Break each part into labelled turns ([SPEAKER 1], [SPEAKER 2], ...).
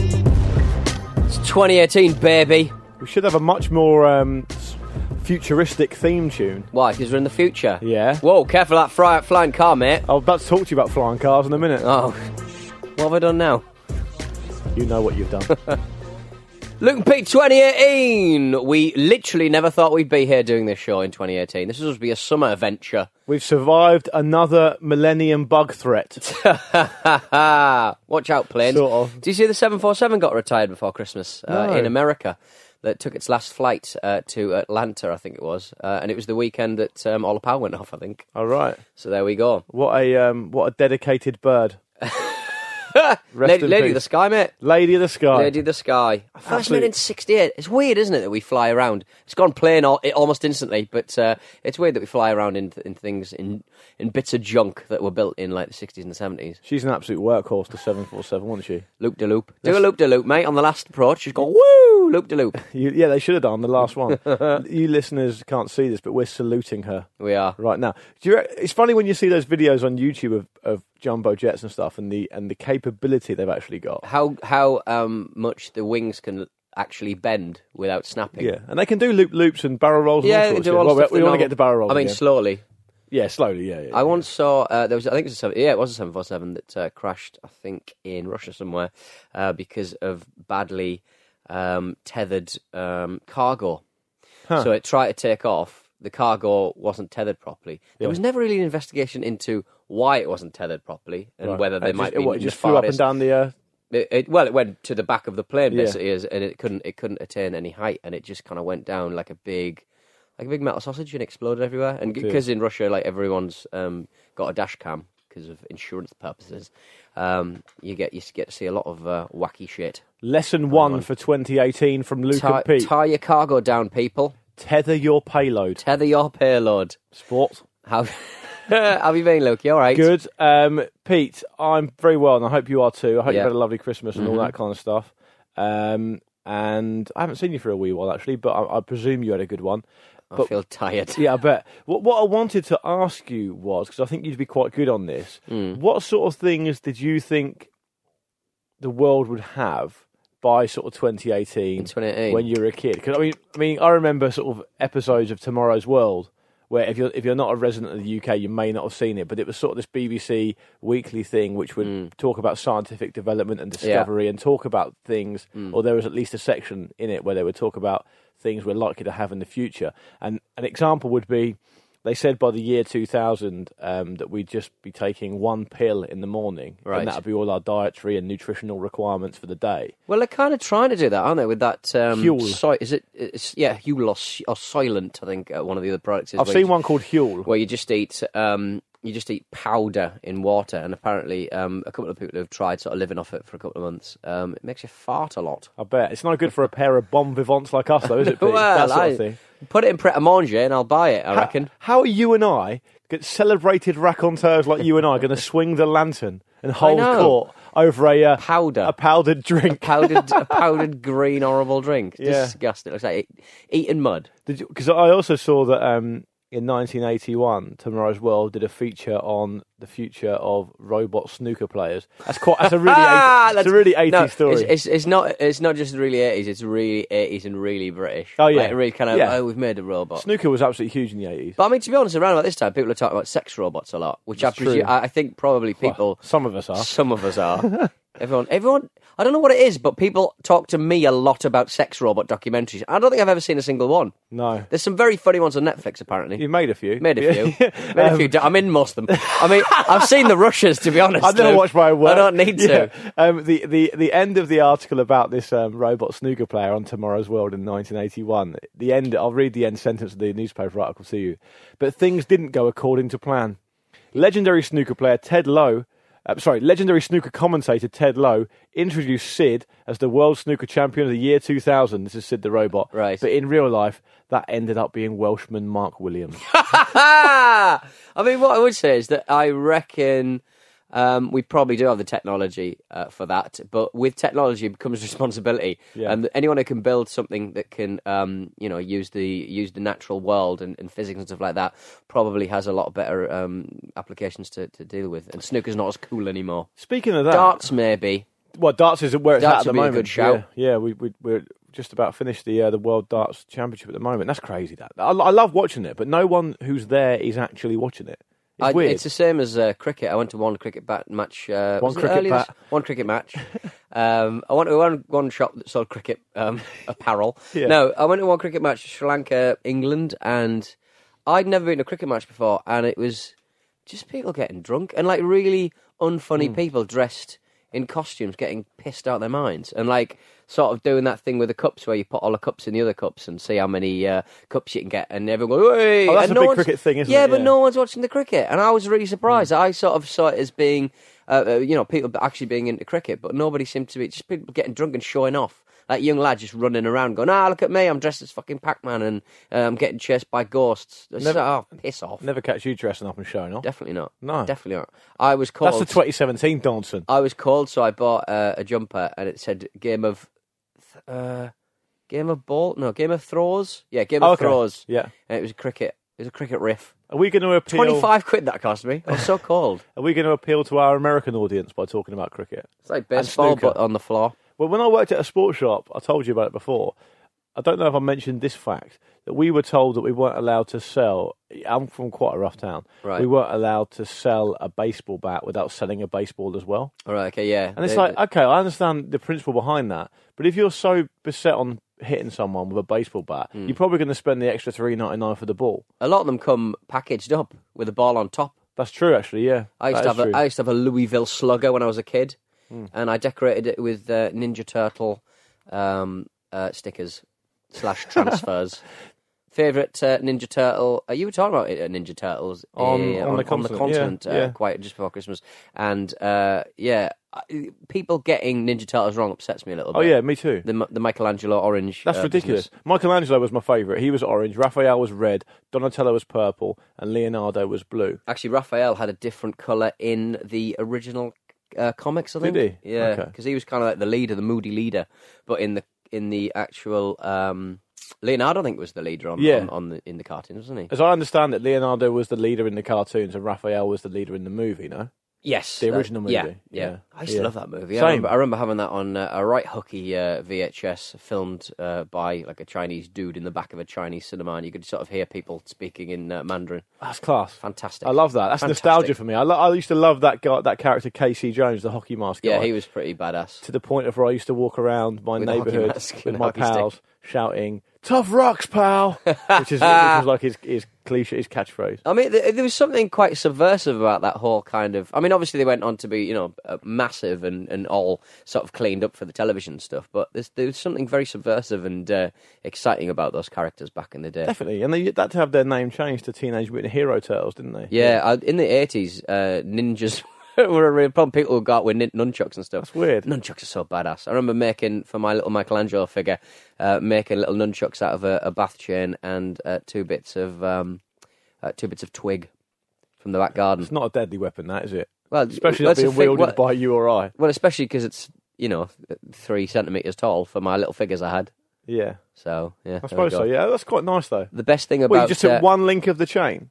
[SPEAKER 1] It's 2018, baby.
[SPEAKER 2] We should have a much more um, futuristic theme tune.
[SPEAKER 1] Why? Because we're in the future.
[SPEAKER 2] Yeah.
[SPEAKER 1] Whoa, careful of that fry, flying car, mate.
[SPEAKER 2] I was about to talk to you about flying cars in a minute.
[SPEAKER 1] Oh, what have I done now?
[SPEAKER 2] You know what you've done.
[SPEAKER 1] Luke and Pete 2018. We literally never thought we'd be here doing this show in 2018. This is supposed to be a summer adventure.
[SPEAKER 2] We've survived another millennium bug threat.
[SPEAKER 1] Watch out, planes.
[SPEAKER 2] Sort of.
[SPEAKER 1] Do you see the 747 got retired before Christmas uh,
[SPEAKER 2] No.
[SPEAKER 1] in America? That took its last flight uh, to Atlanta, I think it was. Uh, and it was the weekend that um, all the power went off, I think.
[SPEAKER 2] All right.
[SPEAKER 1] So there we go.
[SPEAKER 2] What a um, what a dedicated bird. Rest
[SPEAKER 1] Lady,
[SPEAKER 2] in
[SPEAKER 1] Lady
[SPEAKER 2] peace.
[SPEAKER 1] of the Sky, mate.
[SPEAKER 2] Lady of the sky.
[SPEAKER 1] Lady of the Sky. First made
[SPEAKER 2] Absolute-
[SPEAKER 1] in 68. It's weird, isn't it, that we fly around? It's gone plain al- it almost instantly, but uh, it's weird that we fly around in, in things, in, in bits of junk that were built in like the 60s and the 70s.
[SPEAKER 2] She's an absolute workhorse. The seven four seven, wasn't she?
[SPEAKER 1] Loop de loop. Do a loop de loop, mate, on the last approach. Just go, woo! Loop de loop.
[SPEAKER 2] You, yeah, they should have done the last one. you listeners can't see this, but we're saluting her
[SPEAKER 1] We are.
[SPEAKER 2] right now. Do you, re- it's funny when you see those videos on YouTube of, of jumbo jets and stuff, and the and the capability they've actually got.
[SPEAKER 1] How, how um, much the wings can actually bend without snapping.
[SPEAKER 2] Yeah, and they can do loop loops and barrel rolls. and
[SPEAKER 1] Yeah,
[SPEAKER 2] all
[SPEAKER 1] they
[SPEAKER 2] sorts,
[SPEAKER 1] do
[SPEAKER 2] yeah.
[SPEAKER 1] all
[SPEAKER 2] Well,
[SPEAKER 1] the stuff
[SPEAKER 2] we,
[SPEAKER 1] they
[SPEAKER 2] want to
[SPEAKER 1] normal-
[SPEAKER 2] get the barrel rolls.
[SPEAKER 1] I mean,
[SPEAKER 2] again.
[SPEAKER 1] slowly.
[SPEAKER 2] yeah, slowly. Yeah, yeah.
[SPEAKER 1] I once saw uh, there was I think it was a seven, yeah it was a seven four seven that uh, crashed I think in Russia somewhere uh, because of badly um, tethered um, cargo. So it tried to take off. The cargo wasn't tethered properly. There was never really an investigation into why it wasn't tethered properly and
[SPEAKER 2] Right.
[SPEAKER 1] whether they
[SPEAKER 2] It
[SPEAKER 1] might
[SPEAKER 2] just,
[SPEAKER 1] be
[SPEAKER 2] what, it
[SPEAKER 1] in
[SPEAKER 2] just
[SPEAKER 1] the
[SPEAKER 2] flew up and
[SPEAKER 1] farthest-
[SPEAKER 2] down the. Uh,
[SPEAKER 1] it, it, well, it went to the back of the plane
[SPEAKER 2] Yeah.
[SPEAKER 1] basically, as- and it couldn't it couldn't attain any height, and it just kind of went down like a big, like a big metal sausage, and exploded everywhere. And because in Russia, like everyone's um, got a dash cam because of insurance purposes, um, you get you s- get to see a lot of uh, wacky shit.
[SPEAKER 2] lesson one for 2018 from Luke
[SPEAKER 1] Tie,
[SPEAKER 2] and Pete:
[SPEAKER 1] tie your cargo down, people.
[SPEAKER 2] tether your payload.
[SPEAKER 1] Tether your payload.
[SPEAKER 2] Sport.
[SPEAKER 1] How have you been, Luke? You all right?
[SPEAKER 2] Good. Um, Pete, I'm very well, and I hope you are too.
[SPEAKER 1] Yeah.
[SPEAKER 2] I hope
[SPEAKER 1] Mm-hmm.
[SPEAKER 2] you've had a lovely Christmas and all that kind of stuff. Um, and I haven't seen you for a wee while actually, but I, I presume you had a good one.
[SPEAKER 1] I feel tired.
[SPEAKER 2] Yeah, I bet. What, what I wanted to ask you was because I think you'd be quite good on this. What sort of things did you think the world would have by sort of 2018?
[SPEAKER 1] In 2018?
[SPEAKER 2] when you were a kid? Because I mean, I mean, I remember sort of episodes of Tomorrow's World where if you're if you're not a resident of the UK, you may not have seen it, but it was sort of this BBC weekly thing which would
[SPEAKER 1] Mm.
[SPEAKER 2] talk about scientific development and discovery and talk about things,
[SPEAKER 1] Mm.
[SPEAKER 2] or there was at least a section in it where they would talk about things we're likely to have in the future. And an example would be. They said by the year 2000 um, that we'd just be taking one pill in the morning,
[SPEAKER 1] Right.
[SPEAKER 2] and that would be all our dietary and nutritional requirements for the day.
[SPEAKER 1] Well, they're kind of trying to do that, aren't they? With that um,
[SPEAKER 2] Huel.
[SPEAKER 1] Si- is it? It's, yeah, Huel or, Si- or Silent. I think uh, one of the other products. Is
[SPEAKER 2] I've
[SPEAKER 1] where
[SPEAKER 2] seen
[SPEAKER 1] you-
[SPEAKER 2] one called Huel.
[SPEAKER 1] where you just eat um, you just eat powder in water, and apparently um, a couple of people have tried sort of living off it for a couple of months. Um, it makes you fart a lot.
[SPEAKER 2] I bet it's not good for a pair of bon vivants like us, though, is it? Pete? that sort
[SPEAKER 1] I-
[SPEAKER 2] of thing.
[SPEAKER 1] put it in pret a manger, and I'll buy it. I reckon.
[SPEAKER 2] How are you and I, get celebrated raconteurs like you and I, going to swing the lantern and hold
[SPEAKER 1] know.
[SPEAKER 2] court over a uh,
[SPEAKER 1] Powder.
[SPEAKER 2] a powdered drink?
[SPEAKER 1] Powdered, a powdered green, horrible drink.
[SPEAKER 2] Yeah.
[SPEAKER 1] Disgusting. It looks like it, eating mud.
[SPEAKER 2] Because I also saw that um, in 1981, Tomorrow's World did a feature on the future of robot snooker players. That's quite. That's a really. 80, it's a really 80s
[SPEAKER 1] Ah, no,
[SPEAKER 2] story.
[SPEAKER 1] It's, it's, it's not. It's not just really eighties. It's really eighties and really British.
[SPEAKER 2] Oh, yeah.
[SPEAKER 1] Like, really kind of.
[SPEAKER 2] Yeah.
[SPEAKER 1] Oh, we've made a robot.
[SPEAKER 2] snooker was absolutely huge in the 80s.
[SPEAKER 1] But I mean, to be honest, around about this time, people are talking about sex robots a lot, which I
[SPEAKER 2] That's
[SPEAKER 1] presume,
[SPEAKER 2] true.
[SPEAKER 1] I I think probably people,
[SPEAKER 2] Some of us are.
[SPEAKER 1] some of us are. everyone, everyone. I don't know what it is, but people talk to me a lot about sex robot documentaries. I don't think I've ever seen a single one.
[SPEAKER 2] No.
[SPEAKER 1] There's some very funny ones on Netflix, apparently.
[SPEAKER 2] You've made a few.
[SPEAKER 1] Made a few.
[SPEAKER 2] Yeah.
[SPEAKER 1] Made a
[SPEAKER 2] Um,
[SPEAKER 1] few. I'm in most of them. I mean, I've seen the Russians, to be honest.
[SPEAKER 2] I've never
[SPEAKER 1] Lou.
[SPEAKER 2] watched my own work.
[SPEAKER 1] I don't need to.
[SPEAKER 2] Yeah. Um, the, the, the end of the article about this um, robot snooker player on Tomorrow's World in 1981, the end, I'll read the end sentence of the newspaper article to you. But things didn't go according to plan. Legendary snooker player Ted Lowe, uh, sorry, legendary snooker commentator Ted Lowe introduced Sid as the world snooker champion of the year 2000. This is Sid the robot.
[SPEAKER 1] Right.
[SPEAKER 2] But in real life, that ended up being Welshman Mark Williams.
[SPEAKER 1] I mean, what I would say is that I reckon um, we probably do have the technology uh, for that, but with technology comes responsibility.
[SPEAKER 2] Yeah.
[SPEAKER 1] And anyone who can build something that can, um, you know, use the use the natural world and, and physics and stuff like that, probably has a lot better um, applications to, to deal with. And snooker's not as cool anymore.
[SPEAKER 2] Speaking of that,
[SPEAKER 1] Darts, maybe.
[SPEAKER 2] Well, darts is where it's
[SPEAKER 1] Darts
[SPEAKER 2] at, at the
[SPEAKER 1] would be a
[SPEAKER 2] moment.
[SPEAKER 1] good shout.
[SPEAKER 2] Yeah, yeah we, we, we're just about finished the uh, the World Darts Championship at the moment. That's crazy. That I, I love watching it, but no one who's there is actually watching it. It's
[SPEAKER 1] I,
[SPEAKER 2] weird.
[SPEAKER 1] It's the same as uh, cricket. I went to one cricket bat match. Uh,
[SPEAKER 2] One
[SPEAKER 1] was it
[SPEAKER 2] cricket
[SPEAKER 1] earlier this-
[SPEAKER 2] bat.
[SPEAKER 1] One cricket match. um, I went to one, one shop that sold cricket um, apparel.
[SPEAKER 2] Yeah.
[SPEAKER 1] No, I went to one cricket match, Sri Lanka, England, and I'd never been to a cricket match before, and it was just people getting drunk and like really
[SPEAKER 2] Hmm.
[SPEAKER 1] unfunny people dressed in costumes getting pissed out their minds and like sort of doing that thing with the cups where you put all the cups in the other cups and see how many uh, cups you can get and everyone goes, "Hey!"
[SPEAKER 2] Oh, that's
[SPEAKER 1] and
[SPEAKER 2] a big cricket thing, isn't
[SPEAKER 1] yeah,
[SPEAKER 2] it?
[SPEAKER 1] but
[SPEAKER 2] Yeah.
[SPEAKER 1] no one's watching the cricket and I was really
[SPEAKER 2] Hmm.
[SPEAKER 1] surprised I sort of saw it as being uh, uh, you know people actually being into cricket but nobody seemed to be just people getting drunk and showing off like young lad just running around going ah look at me I'm dressed as fucking Pac-Man and uh, I'm getting chased by ghosts It's
[SPEAKER 2] Never-
[SPEAKER 1] like, oh piss off
[SPEAKER 2] Never catch you dressing up and showing off.
[SPEAKER 1] Definitely not.
[SPEAKER 2] No.
[SPEAKER 1] definitely not. I was cold.
[SPEAKER 2] That's the 2017 dancing.
[SPEAKER 1] I was cold, so I bought uh, a jumper, and it said "Game of, th- uh, Game of Ball." No, Game of Throws. Yeah, Game of
[SPEAKER 2] Oh, okay.
[SPEAKER 1] Throws.
[SPEAKER 2] Yeah.
[SPEAKER 1] and it was cricket. It was a cricket riff.
[SPEAKER 2] Are we going to appeal?
[SPEAKER 1] Twenty-five quid that cost me. I was so cold.
[SPEAKER 2] Are we going to appeal to our American audience by talking about cricket?
[SPEAKER 1] It's like baseball,
[SPEAKER 2] snooker.
[SPEAKER 1] but on the floor.
[SPEAKER 2] Well, when I worked at a sports shop, I told you about it before. I don't know if I mentioned this fact that we were told that we weren't allowed to sell. I'm from quite a rough town.
[SPEAKER 1] Right.
[SPEAKER 2] We weren't allowed to sell a baseball bat without selling a baseball as well.
[SPEAKER 1] All right, okay, yeah.
[SPEAKER 2] And it's
[SPEAKER 1] They-
[SPEAKER 2] like, okay, I understand the principle behind that, but if you're so beset on hitting someone with a baseball bat,
[SPEAKER 1] Hmm.
[SPEAKER 2] you're probably going to spend the extra three ninety nine for the ball.
[SPEAKER 1] a lot of them come packaged up with a ball on top.
[SPEAKER 2] That's true, actually. Yeah,
[SPEAKER 1] I used to
[SPEAKER 2] That is
[SPEAKER 1] have a,
[SPEAKER 2] true. Hmm.
[SPEAKER 1] I used to have a Louisville Slugger when I was a kid, and I decorated it with uh, Ninja Turtle um, uh, stickers slash transfers. Favorite uh, Ninja Turtle? Uh, you were talking about uh, Ninja Turtles uh,
[SPEAKER 2] On- on the continent, yeah,
[SPEAKER 1] uh,
[SPEAKER 2] yeah.
[SPEAKER 1] quite just before Christmas, and uh, yeah, I- people getting Ninja Turtles wrong upsets me a little.
[SPEAKER 2] Oh
[SPEAKER 1] bit.
[SPEAKER 2] yeah, me too.
[SPEAKER 1] the, M- the Michelangelo orange.
[SPEAKER 2] That's
[SPEAKER 1] uh,
[SPEAKER 2] ridiculous.
[SPEAKER 1] business.
[SPEAKER 2] Michelangelo was my favourite. He was orange. Raphael was red. Donatello was purple, and Leonardo was blue.
[SPEAKER 1] Actually, Raphael had a different color in the original uh, comics. I
[SPEAKER 2] Did
[SPEAKER 1] think.
[SPEAKER 2] he?
[SPEAKER 1] Yeah,
[SPEAKER 2] Okay.
[SPEAKER 1] because he was kind of like the leader, the moody leader. But in the in the actual um, Leonardo, I think was the leader on,
[SPEAKER 2] Yeah.
[SPEAKER 1] on, on the in the cartoon, wasn't he?
[SPEAKER 2] As I understand it, Leonardo was the leader in the cartoons, and Raphael was the leader in the movie. No,
[SPEAKER 1] Yes,
[SPEAKER 2] The
[SPEAKER 1] that-
[SPEAKER 2] original movie,
[SPEAKER 1] Yeah,
[SPEAKER 2] yeah,
[SPEAKER 1] yeah. I used
[SPEAKER 2] yeah.
[SPEAKER 1] to love that movie.
[SPEAKER 2] Same.
[SPEAKER 1] I remember, I remember having that on uh, a right hooky uh, VHS, filmed uh, by like a Chinese dude in the back of a Chinese cinema, and you could sort of hear people speaking in uh, Mandarin.
[SPEAKER 2] that's class.
[SPEAKER 1] Fantastic.
[SPEAKER 2] I love that. That's
[SPEAKER 1] Fantastic.
[SPEAKER 2] nostalgia for me. I, lo- I used to love that guy, that character Casey Jones, the hockey mask guy.
[SPEAKER 1] Yeah, he was pretty badass.
[SPEAKER 2] to the point of where I used to walk around my
[SPEAKER 1] With a hockey
[SPEAKER 2] neighbourhood
[SPEAKER 1] mask
[SPEAKER 2] with
[SPEAKER 1] and a
[SPEAKER 2] my
[SPEAKER 1] hockey stick.
[SPEAKER 2] pals shouting "Tough rocks, pal," which is which was like his his cliche, his catchphrase.
[SPEAKER 1] I mean, th- there was something quite subversive about that whole kind of. I mean, obviously they went on to be, you know, uh, massive and, and all sort of cleaned up for the television stuff. But there's, there was something very subversive and uh, exciting about those characters back in the day.
[SPEAKER 2] Definitely, and they had to have their name changed to Teenage Mutant Hero Turtles, didn't they?
[SPEAKER 1] Yeah, I, in the eighties, uh, ninjas were a real problem. People who got with nin- nunchucks and stuff.
[SPEAKER 2] That's weird.
[SPEAKER 1] Nunchucks are so badass. I remember making for my little Michelangelo figure, uh, making little nunchucks out of a, a bath chain and uh, two bits of um, uh, two bits of twig from the back garden.
[SPEAKER 2] It's not a deadly weapon, that is it?
[SPEAKER 1] Well,
[SPEAKER 2] Especially not
[SPEAKER 1] that's the
[SPEAKER 2] being
[SPEAKER 1] thing,
[SPEAKER 2] wielded
[SPEAKER 1] what-
[SPEAKER 2] by you or I.
[SPEAKER 1] Well, especially because it's you know three centimeters tall for my little figures I had.
[SPEAKER 2] Yeah,
[SPEAKER 1] So yeah,
[SPEAKER 2] I
[SPEAKER 1] there we
[SPEAKER 2] suppose so.
[SPEAKER 1] go.
[SPEAKER 2] Yeah, that's quite nice though.
[SPEAKER 1] The best thing about
[SPEAKER 2] well, you just took
[SPEAKER 1] uh,
[SPEAKER 2] one link of the chain.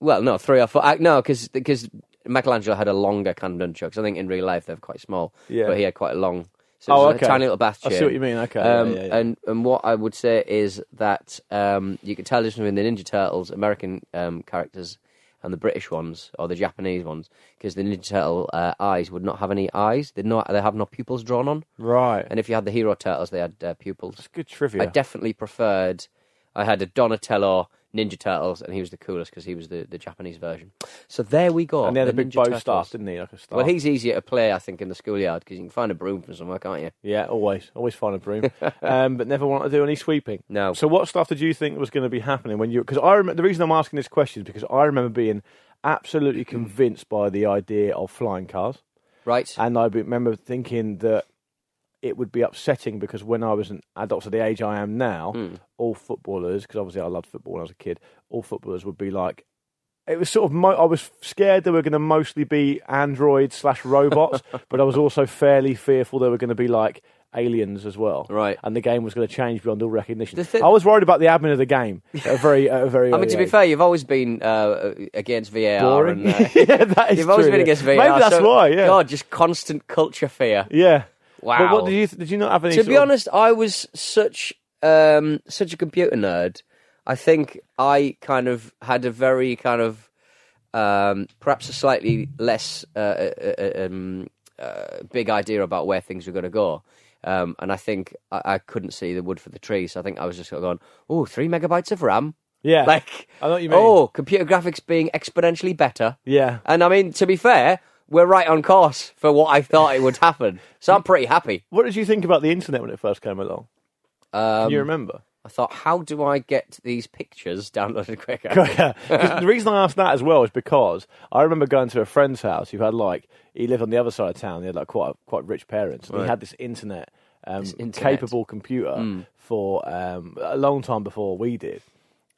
[SPEAKER 1] well, no, three or four. I, no, because Michelangelo had a longer kind of nunchucks. I think in real life they're quite small.
[SPEAKER 2] Yeah.
[SPEAKER 1] but he had quite a long. So it
[SPEAKER 2] Oh,
[SPEAKER 1] was
[SPEAKER 2] okay.
[SPEAKER 1] a tiny little bath
[SPEAKER 2] I
[SPEAKER 1] chair.
[SPEAKER 2] see what you mean, okay, yeah,
[SPEAKER 1] Um,
[SPEAKER 2] yeah, yeah.
[SPEAKER 1] And and what I would say is that um, you could tell this from the Ninja Turtles American um, characters and the British ones or the Japanese ones because the Ninja Turtle uh, eyes would not have any eyes. They not they have no pupils drawn on.
[SPEAKER 2] Right.
[SPEAKER 1] And if you had the Hero Turtles, they had uh, pupils.
[SPEAKER 2] It's good trivia.
[SPEAKER 1] I definitely preferred. I had a Donatello Ninja Turtles, and he was the coolest because he was the, the Japanese version. So there we go.
[SPEAKER 2] and they Oh. had a big
[SPEAKER 1] Ninja
[SPEAKER 2] bow
[SPEAKER 1] Turtles.
[SPEAKER 2] staff, didn't he? Like a staff.
[SPEAKER 1] Well, he's easier to play, I think, in the schoolyard because you can find a broom from somewhere, can't you?
[SPEAKER 2] yeah, always, always find a broom, um, but never want to do any sweeping.
[SPEAKER 1] No.
[SPEAKER 2] So, what stuff did you think was going to be happening when you? Because I rem- the reason I'm asking this question is because I remember being absolutely convinced by the idea of flying cars.
[SPEAKER 1] Right.
[SPEAKER 2] And I be- remember thinking that it would be upsetting because when I was an adult, so the age I am now,
[SPEAKER 1] Hmm.
[SPEAKER 2] all footballers, because obviously I loved football when I was a kid, all footballers would be like, it was sort of, mo- I was scared they were going to mostly be androids slash robots, but I was also fairly fearful they were going to be like aliens as well.
[SPEAKER 1] Right.
[SPEAKER 2] And the game was going to change beyond all recognition.
[SPEAKER 1] The thi-
[SPEAKER 2] I was worried about the admin of the game at a very, at a very
[SPEAKER 1] I mean,
[SPEAKER 2] early
[SPEAKER 1] to be
[SPEAKER 2] age.
[SPEAKER 1] fair, you've always been uh, against VAR.
[SPEAKER 2] Boring.
[SPEAKER 1] And, uh,
[SPEAKER 2] yeah, that is
[SPEAKER 1] you've always
[SPEAKER 2] true,
[SPEAKER 1] been
[SPEAKER 2] yeah.
[SPEAKER 1] against VAR.
[SPEAKER 2] Maybe that's
[SPEAKER 1] so-
[SPEAKER 2] why, yeah.
[SPEAKER 1] God, just constant culture fear.
[SPEAKER 2] Yeah. But
[SPEAKER 1] Wow.
[SPEAKER 2] what did you, did you not have any
[SPEAKER 1] to
[SPEAKER 2] sort
[SPEAKER 1] be
[SPEAKER 2] of-
[SPEAKER 1] honest, I was such um, such a computer nerd. I think I kind of had a very kind of um, perhaps a slightly less uh, uh, uh, um, uh, big idea about where things were going to go. Um, and I think I, I couldn't see the wood for the trees. I think I was just sort of going, oh, three megabytes of RAM.
[SPEAKER 2] Yeah.
[SPEAKER 1] Like,
[SPEAKER 2] I know what you mean.
[SPEAKER 1] oh, computer graphics being exponentially better.
[SPEAKER 2] Yeah.
[SPEAKER 1] And I mean, to be fair, we're right on course for what I thought it would happen. So I'm pretty happy.
[SPEAKER 2] What did you think about the internet when it first came along? Can you
[SPEAKER 1] Um,
[SPEAKER 2] remember?
[SPEAKER 1] I thought, how do I get these pictures downloaded quicker?
[SPEAKER 2] 'Cause the reason I asked that as well is because I remember going to a friend's house who had like he lived on the other side of town. He had like quite quite rich parents, and he had this internet, um,
[SPEAKER 1] internet. Hmm.
[SPEAKER 2] capable computer for um, a long time before we did.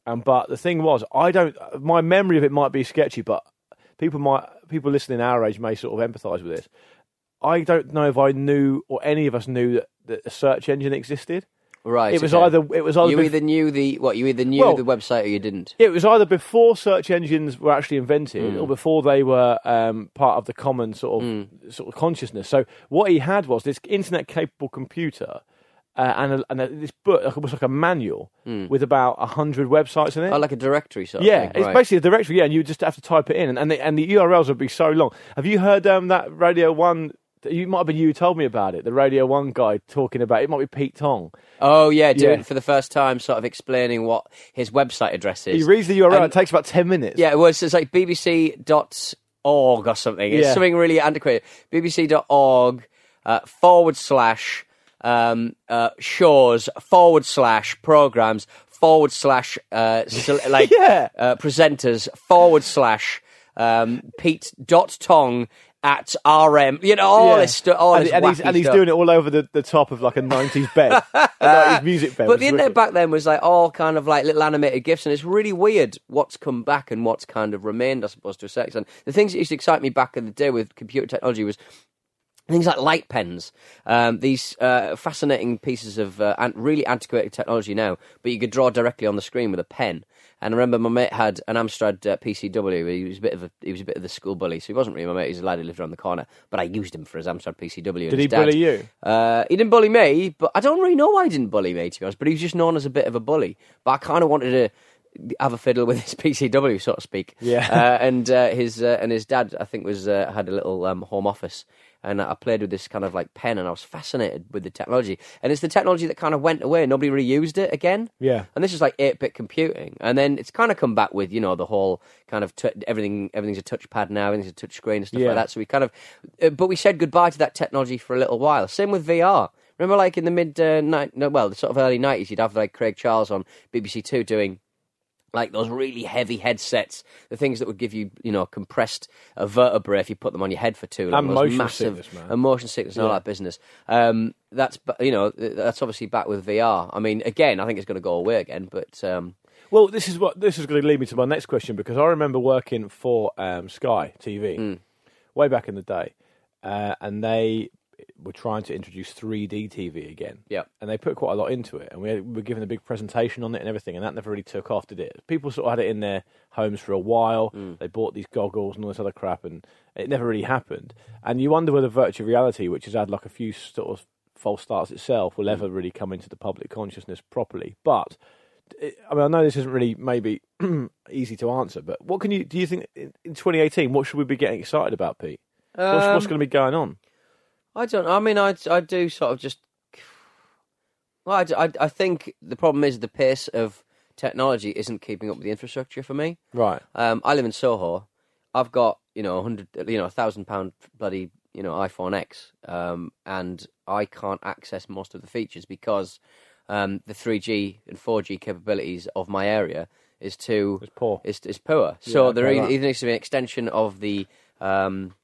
[SPEAKER 2] And but the thing was, I don't. My memory of it might be sketchy, but people might people listening our age may sort of empathise with this. I don't know if I knew or any of us knew that, that a search engine existed.
[SPEAKER 1] Right.
[SPEAKER 2] It was
[SPEAKER 1] okay.
[SPEAKER 2] either it was either
[SPEAKER 1] you
[SPEAKER 2] bef-
[SPEAKER 1] either knew the what you either knew
[SPEAKER 2] Well-
[SPEAKER 1] the website or you didn't.
[SPEAKER 2] it was either before search engines were actually invented
[SPEAKER 1] Mm.
[SPEAKER 2] or before they were um, part of the common sort of
[SPEAKER 1] Mm.
[SPEAKER 2] sort of consciousness. So what he had was this internet capable computer uh, and a, and a, this book like, almost like a manual
[SPEAKER 1] Mm.
[SPEAKER 2] with about hundred websites in it.
[SPEAKER 1] Oh, like a directory sort
[SPEAKER 2] yeah,
[SPEAKER 1] of thing.
[SPEAKER 2] it's
[SPEAKER 1] right.
[SPEAKER 2] basically a directory. Yeah, and you just have to type it in, and and the, and the URLs would be so long. Have you heard um, that Radio One? You might have been you who told me about it. The Radio One guy talking about it, it might be Pete Tong.
[SPEAKER 1] Oh yeah, doing
[SPEAKER 2] Yeah.
[SPEAKER 1] for the first time, sort of explaining what his website address is.
[SPEAKER 2] He reads the URL.
[SPEAKER 1] And-
[SPEAKER 2] it takes about ten minutes.
[SPEAKER 1] Yeah, it was. It's like bbc.org or something. It's
[SPEAKER 2] Yeah.
[SPEAKER 1] something really antiquated. bbc.org uh, forward slash um, uh, shows forward slash programs forward slash uh, sele- like
[SPEAKER 2] Yeah.
[SPEAKER 1] uh, presenters forward slash um, Pete dot Tong at rm. You know all
[SPEAKER 2] Yeah.
[SPEAKER 1] this stuff. All
[SPEAKER 2] and,
[SPEAKER 1] this
[SPEAKER 2] and he's,
[SPEAKER 1] wacky
[SPEAKER 2] and he's
[SPEAKER 1] stuff.
[SPEAKER 2] doing it all over the, the top of like a 90s bed. and, like, his music bed.
[SPEAKER 1] But
[SPEAKER 2] which
[SPEAKER 1] the
[SPEAKER 2] is
[SPEAKER 1] internet
[SPEAKER 2] wicked.
[SPEAKER 1] back then was like all kind of like little animated gifs, and it's really weird what's come back and what's kind of remained, I suppose, to a certain extent. The things that used to excite me back in the day with computer technology was things like light pens, um, these uh, fascinating pieces of uh, an- really antiquated technology now, but you could draw directly on the screen with a pen. And I remember my mate had an Amstrad uh, PCW. He was a bit of a he was a bit of the school bully, so he wasn't really my mate. He was a lad who lived around the corner, but I used him for his Amstrad PCW.
[SPEAKER 2] Did he bully you?
[SPEAKER 1] Uh, he didn't bully me, but I don't really know why he didn't bully me, to be honest. But he was just known as a bit of a bully. But I kind of wanted to have a fiddle with his PCW, so to speak.
[SPEAKER 2] Yeah.
[SPEAKER 1] Uh, and uh, his uh, and his dad, I think, was uh, had a little um, home office, and I played with this kind of like pen, and I was fascinated with the technology. And it's the technology that kind of went away. Nobody really used it again.
[SPEAKER 2] Yeah.
[SPEAKER 1] And this is like eight bit computing, and then it's kind of come back with you know the whole kind of t- everything. Everything's a touchpad now. Everything's a touchscreen and stuff
[SPEAKER 2] Yeah.
[SPEAKER 1] like that. So we kind of, uh, but we said goodbye to that technology for a little while. Same with VR. Remember, like in the mid uh, night, no, well, the sort of early nineties, you'd have like Craig Charles on BBC Two doing like those really heavy headsets, the things that would give you, you know, compressed uh, vertebrae if you put them on your head for too long.
[SPEAKER 2] And
[SPEAKER 1] those
[SPEAKER 2] motion
[SPEAKER 1] massive
[SPEAKER 2] sickness, man.
[SPEAKER 1] and motion sickness and all that business. Um, that's ba- you know th- that's obviously back with VR. I mean, again, I think it's going to go away again, but um,
[SPEAKER 2] Well, this is what this is going to lead me to my next question because I remember working for um, Sky TV way back in the day, uh, and they were trying to introduce 3D TV again.
[SPEAKER 1] Yep.
[SPEAKER 2] and they put quite a lot into it, and we, had, we were given a big presentation on it and everything, and that never really took off, did it? People sort of had it in their homes for a while. They bought these goggles and all this other crap, and it never really happened. And you wonder whether virtual reality, which has had like a few sort of false starts itself, will ever really come into the public consciousness properly, but it- I mean, I know this isn't really maybe easy to answer, but what can you do? You think in in 2018, what should we be getting excited about, Pete? what's, what's
[SPEAKER 1] Um,
[SPEAKER 2] going to be going on?
[SPEAKER 1] I don't. know. I mean, I I do sort of just. Well, I, d- I- I think the problem is the pace of technology isn't keeping up with the infrastructure for me.
[SPEAKER 2] Right.
[SPEAKER 1] Um, I live in Soho. I've got you know a hundred, you know a thousand pound bloody you know iPhone X, um, and I can't access most of the features because um, the three G and four G capabilities of my area is too
[SPEAKER 2] It's poor.
[SPEAKER 1] Is, is poor. so
[SPEAKER 2] I
[SPEAKER 1] there
[SPEAKER 2] know
[SPEAKER 1] e-
[SPEAKER 2] that.
[SPEAKER 1] either needs to be an extension of the um,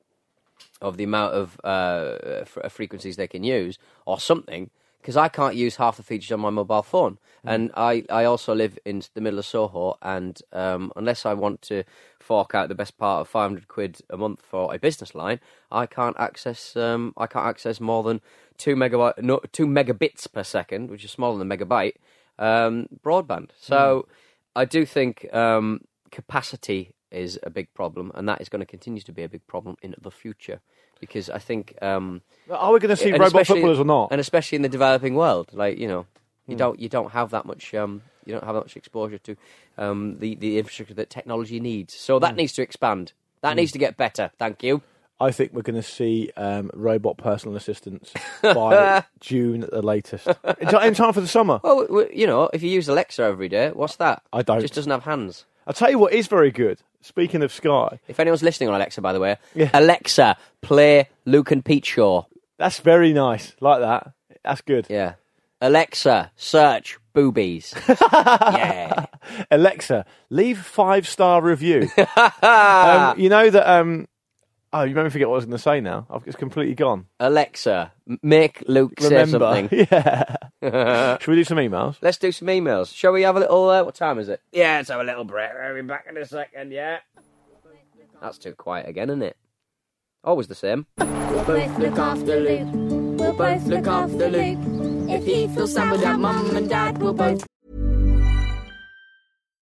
[SPEAKER 1] of the amount of uh, fr- frequencies they can use or something because I can't use half the features on my mobile phone. And I, I also live in the middle of Soho, and um, unless I want to fork out the best part of 500 quid a month for a business line, I can't access um, I can't access more than two megabyte no, two megabits per second, which is smaller than megabyte um, broadband. So I do think um, capacity is a big problem, and that is going to continue to be a big problem in the future because I think um,
[SPEAKER 2] Are we going to see
[SPEAKER 1] and
[SPEAKER 2] robot
[SPEAKER 1] especially-
[SPEAKER 2] footballers or not? Hmm.
[SPEAKER 1] and especially in the developing world, like you know, you don't you don't have that much um, you don't have that much exposure to um, the the infrastructure that technology needs. So
[SPEAKER 2] Hmm.
[SPEAKER 1] that needs to expand. That needs to get better. Thank you.
[SPEAKER 2] I think we're going to see um, robot personal assistants by June at the latest. In, ti- in time for the summer.
[SPEAKER 1] Well, w- w- you know, if you use Alexa every day, what's that?
[SPEAKER 2] I don't.
[SPEAKER 1] It just doesn't have hands.
[SPEAKER 2] I'll tell you what is very good. Speaking of Sky,
[SPEAKER 1] If anyone's listening on Alexa, by the way,
[SPEAKER 2] Yeah.
[SPEAKER 1] Alexa, play Luke and Pete Shaw.
[SPEAKER 2] that's very nice. Like that. That's good.
[SPEAKER 1] Yeah. Alexa, search boobies. yeah.
[SPEAKER 2] Alexa, leave five star review. um, you know that. Um, oh, you made me forget what I was going to say now. I've, it's completely gone.
[SPEAKER 1] Alexa, m- make Luke say
[SPEAKER 2] Remember.
[SPEAKER 1] something.
[SPEAKER 2] yeah. Should we do some emails?
[SPEAKER 1] Let's do some emails. Shall we have a little? Uh, what time is it? Yeah, let's have a little break. We'll be back in a second. Yeah. That's too quiet again, isn't it? Always the same.
[SPEAKER 3] We'll both look after Luke. We'll both look after Luke. If he feels sad without mum and dad, we'll both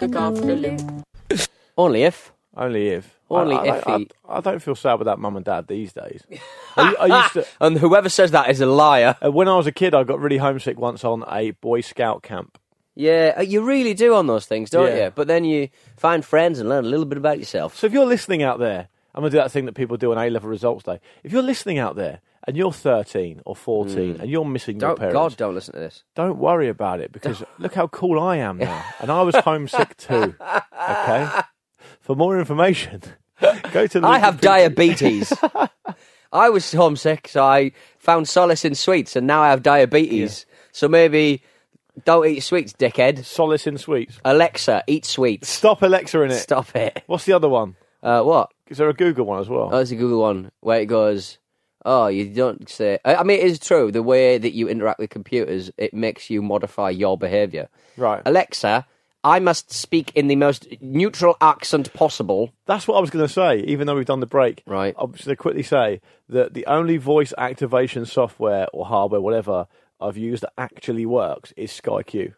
[SPEAKER 3] look after Luke.
[SPEAKER 1] Only if.
[SPEAKER 2] Only if.
[SPEAKER 1] Only
[SPEAKER 2] I, I,
[SPEAKER 1] if
[SPEAKER 2] I,
[SPEAKER 1] he-
[SPEAKER 2] I, don't feel sad without mum and dad these days. I, I used to.
[SPEAKER 1] Ah! And whoever says that is a liar.
[SPEAKER 2] Uh, when I was a kid, I got really homesick once on a Boy Scout camp.
[SPEAKER 1] Yeah, uh, you really do on those things, don't
[SPEAKER 2] Yeah.
[SPEAKER 1] you? But then you find friends and learn a little bit about yourself.
[SPEAKER 2] So if you're listening out there, I'm going to do that thing that people do on A level results day. If you're listening out there and you're 13 or 14 and you're missing
[SPEAKER 1] Hmm.
[SPEAKER 2] your
[SPEAKER 1] Don't,
[SPEAKER 2] parents,
[SPEAKER 1] God, don't listen to this.
[SPEAKER 2] don't worry about it because look how cool I am now. And I was homesick too. Okay? For more information, go to
[SPEAKER 1] I have
[SPEAKER 2] Wikipedia.
[SPEAKER 1] diabetes. I was homesick, so I found solace in sweets, and now I have diabetes. So maybe don't eat sweets, dickhead.
[SPEAKER 2] Solace in sweets.
[SPEAKER 1] Alexa, eat sweets.
[SPEAKER 2] Stop Alexa in it.
[SPEAKER 1] Stop it.
[SPEAKER 2] What's the other one?
[SPEAKER 1] Uh, what?
[SPEAKER 2] Is there a Google one as well?
[SPEAKER 1] Oh, there's a Google one where it goes, oh, you don't say. I I mean, it is true. The way that you interact with computers, it makes you modify your behavior.
[SPEAKER 2] right.
[SPEAKER 1] Alexa, I must speak in the most neutral accent possible.
[SPEAKER 2] That's what I was going to say, even though we've done the break.
[SPEAKER 1] Right.
[SPEAKER 2] I'm just going to quickly say that the only voice activation software or hardware, whatever, I've used that actually works is SkyQ.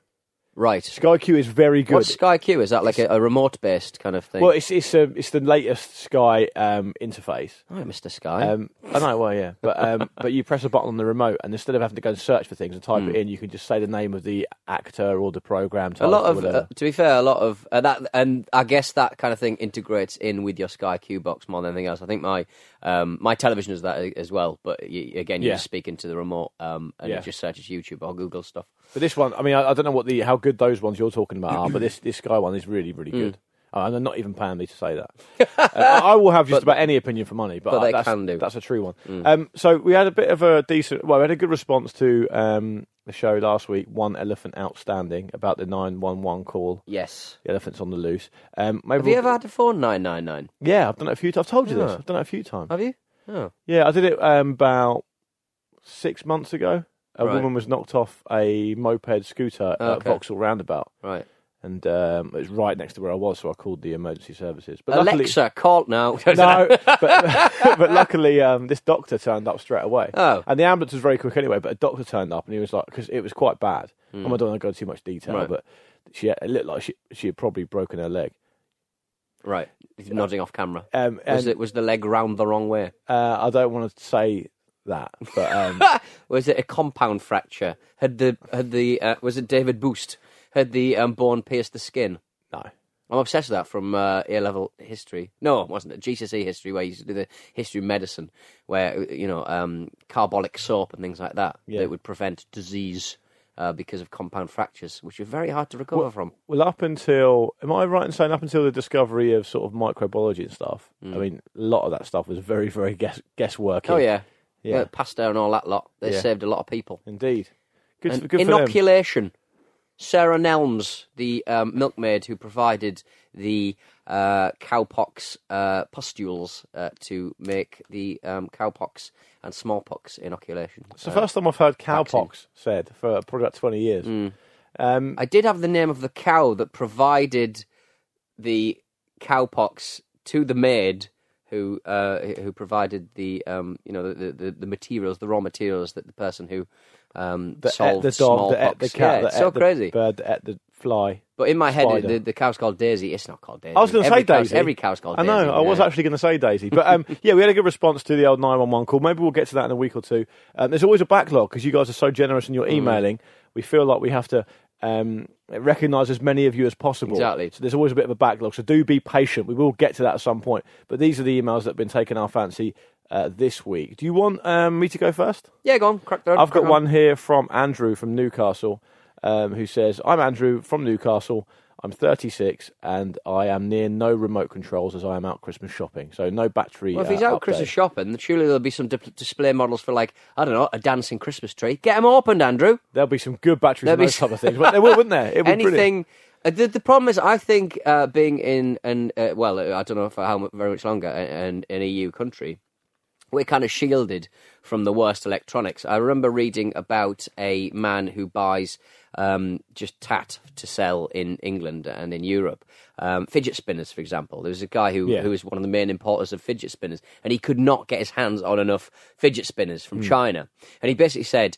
[SPEAKER 1] Right.
[SPEAKER 2] SkyQ is very good.
[SPEAKER 1] What's Sky Q? Is that like a, a remote based kind of thing?
[SPEAKER 2] well, it's it's, um, it's the latest Sky um, interface.
[SPEAKER 1] Hi, Mr. Sky.
[SPEAKER 2] Um, I know, well, yeah, but um, but you press a button on the remote, and instead of having to go and search for things and type it in, you can just say the name of the actor or the program.
[SPEAKER 1] Hmm. a
[SPEAKER 2] title
[SPEAKER 1] lot
[SPEAKER 2] or
[SPEAKER 1] of,
[SPEAKER 2] whatever.
[SPEAKER 1] uh, to be fair, a lot of uh, that, and I guess that kind of thing integrates in with your Sky Q box more than anything else. I think my um, my television is that a- as well, but y again, you're
[SPEAKER 2] Yeah.
[SPEAKER 1] just speaking to the remote, um, and
[SPEAKER 2] Yeah.
[SPEAKER 1] it just searches YouTube or Google stuff.
[SPEAKER 2] But this one, I mean, I, I don't know what the how good those ones you're talking about are, but this this Sky one is really really
[SPEAKER 1] Mm.
[SPEAKER 2] good. Uh, and I'm not even paying me to say that. Uh, I I will have just about any opinion for money, but,
[SPEAKER 1] but
[SPEAKER 2] I-
[SPEAKER 1] they
[SPEAKER 2] that's,
[SPEAKER 1] can do. Mm.
[SPEAKER 2] That's a true one. Um, so we had a bit of a decent, well, we had a good response to um, the show last week. One elephant outstanding about the nine one one call.
[SPEAKER 1] Yes.
[SPEAKER 2] The elephant's on the loose. Um, maybe
[SPEAKER 1] Have you
[SPEAKER 2] we'll-
[SPEAKER 1] ever had Ah. a phone nine nine nine?
[SPEAKER 2] Yeah, I've done it a few. times. I've told you this. I've done it a few times.
[SPEAKER 1] Have you? Oh.
[SPEAKER 2] Yeah, I did it um, about six months ago. a
[SPEAKER 1] Right.
[SPEAKER 2] woman was knocked off a moped scooter at
[SPEAKER 1] Okay.
[SPEAKER 2] Vauxhall roundabout,
[SPEAKER 1] Right.
[SPEAKER 2] and um, it was right next to where I was, so I called the emergency services. But luckily,
[SPEAKER 1] Alexa, call now.
[SPEAKER 2] no, but, but luckily um, this doctor turned up straight away.
[SPEAKER 1] Oh.
[SPEAKER 2] And the ambulance was very quick anyway, but a doctor turned up and he was like, because it was quite bad. And I don't want to go into too much detail,
[SPEAKER 1] Hmm. Right.
[SPEAKER 2] but she it looked like she, she had probably broken her leg.
[SPEAKER 1] Right. He's nodding off camera.
[SPEAKER 2] Um,
[SPEAKER 1] was
[SPEAKER 2] and-
[SPEAKER 1] it was the leg round the wrong way?
[SPEAKER 2] Uh, I don't want to say that, but um,
[SPEAKER 1] Was it a compound fracture? Had the had the uh, was it David Boost? Had the um, bone pierced the skin?
[SPEAKER 2] no.
[SPEAKER 1] I'm obsessed with that from uh, A level history. No, it wasn't it? GCSE E history, where you used to do the history of medicine, where you know um, carbolic soap and things like that
[SPEAKER 2] Yeah.
[SPEAKER 1] that would prevent disease uh, because of compound fractures, which are very hard to recover from.
[SPEAKER 2] Well, up until, am I right in saying up until the discovery of sort of microbiology and stuff? I mean, a lot of that stuff was very, very guess guesswork.
[SPEAKER 1] Hmm. Oh yeah,
[SPEAKER 2] Yeah.
[SPEAKER 1] Well, Pasteur and all that lot. They
[SPEAKER 2] Yeah.
[SPEAKER 1] saved a lot of people.
[SPEAKER 2] indeed. Good,
[SPEAKER 1] And
[SPEAKER 2] for, good for them.
[SPEAKER 1] inoculation. Sarah Nelms, the um, milkmaid who provided the uh, cowpox uh, pustules uh, to make the um, cowpox and smallpox inoculation.
[SPEAKER 2] It's the
[SPEAKER 1] Uh,
[SPEAKER 2] first time I've heard
[SPEAKER 1] vaccine.
[SPEAKER 2] cowpox said for probably about twenty years.
[SPEAKER 1] Mm,
[SPEAKER 2] Um,
[SPEAKER 1] I did have the name of the cow that provided the cowpox to the maid who uh, who provided the um, you know the, the the materials, the raw materials that the person who um,
[SPEAKER 2] that ate
[SPEAKER 1] solved
[SPEAKER 2] the dog,
[SPEAKER 1] smallpox.
[SPEAKER 2] that ate the cat,
[SPEAKER 1] yeah,
[SPEAKER 2] that
[SPEAKER 1] it's
[SPEAKER 2] ate
[SPEAKER 1] so
[SPEAKER 2] the
[SPEAKER 1] crazy.
[SPEAKER 2] bird, that ate the fly.
[SPEAKER 1] But in my head,
[SPEAKER 2] Spider.
[SPEAKER 1] the, the cow's called Daisy. It's not called Daisy.
[SPEAKER 2] I was going to
[SPEAKER 1] Every
[SPEAKER 2] say
[SPEAKER 1] cow's-
[SPEAKER 2] Daisy.
[SPEAKER 1] Every cow's called
[SPEAKER 2] I know.
[SPEAKER 1] Daisy.
[SPEAKER 2] I was
[SPEAKER 1] yeah.
[SPEAKER 2] actually going to say Daisy, but um, yeah, we had a good response to the old nine one one call. Maybe we'll get to that in a week or two. Um, there's always a backlog because you guys are so generous in your
[SPEAKER 1] Mm.
[SPEAKER 2] emailing. We feel like we have to um, recognise as many of you as possible.
[SPEAKER 1] Exactly.
[SPEAKER 2] So there's always a bit of a backlog. So do be patient. We will get to that at some point. But these are the emails that have been taking our fancy uh, this week. Do you want um, me to go first?
[SPEAKER 1] Yeah, go on. Crack the
[SPEAKER 2] I've
[SPEAKER 1] crack
[SPEAKER 2] got one here from Andrew from Newcastle, um, who says, "I'm Andrew from Newcastle. I'm 36 and I am near no remote controls as I am out Christmas shopping. So no battery.
[SPEAKER 1] Well, if
[SPEAKER 2] uh,
[SPEAKER 1] he's out
[SPEAKER 2] update.
[SPEAKER 1] Christmas shopping, then surely there'll be some dip- display models for, like, I don't know, a dancing Christmas tree. Get them opened, Andrew.
[SPEAKER 2] there'll be some good batteries
[SPEAKER 1] There'll
[SPEAKER 2] and
[SPEAKER 1] be
[SPEAKER 2] those type of things. But there will, wouldn't there? It'd be brilliant.
[SPEAKER 1] Anything. Uh, the, the problem is, I think uh, being in an uh, well, uh, I don't know for how mu very much longer, an, an EU country, we're kind of shielded from the worst electronics. I remember reading about a man who buys um, just tat to sell in England and in Europe. Um, fidget spinners, for example. There was a guy who,
[SPEAKER 2] Yeah.
[SPEAKER 1] who was one of the main importers of fidget spinners, and he could not get his hands on enough fidget spinners
[SPEAKER 2] Hmm.
[SPEAKER 1] from China. And he basically said,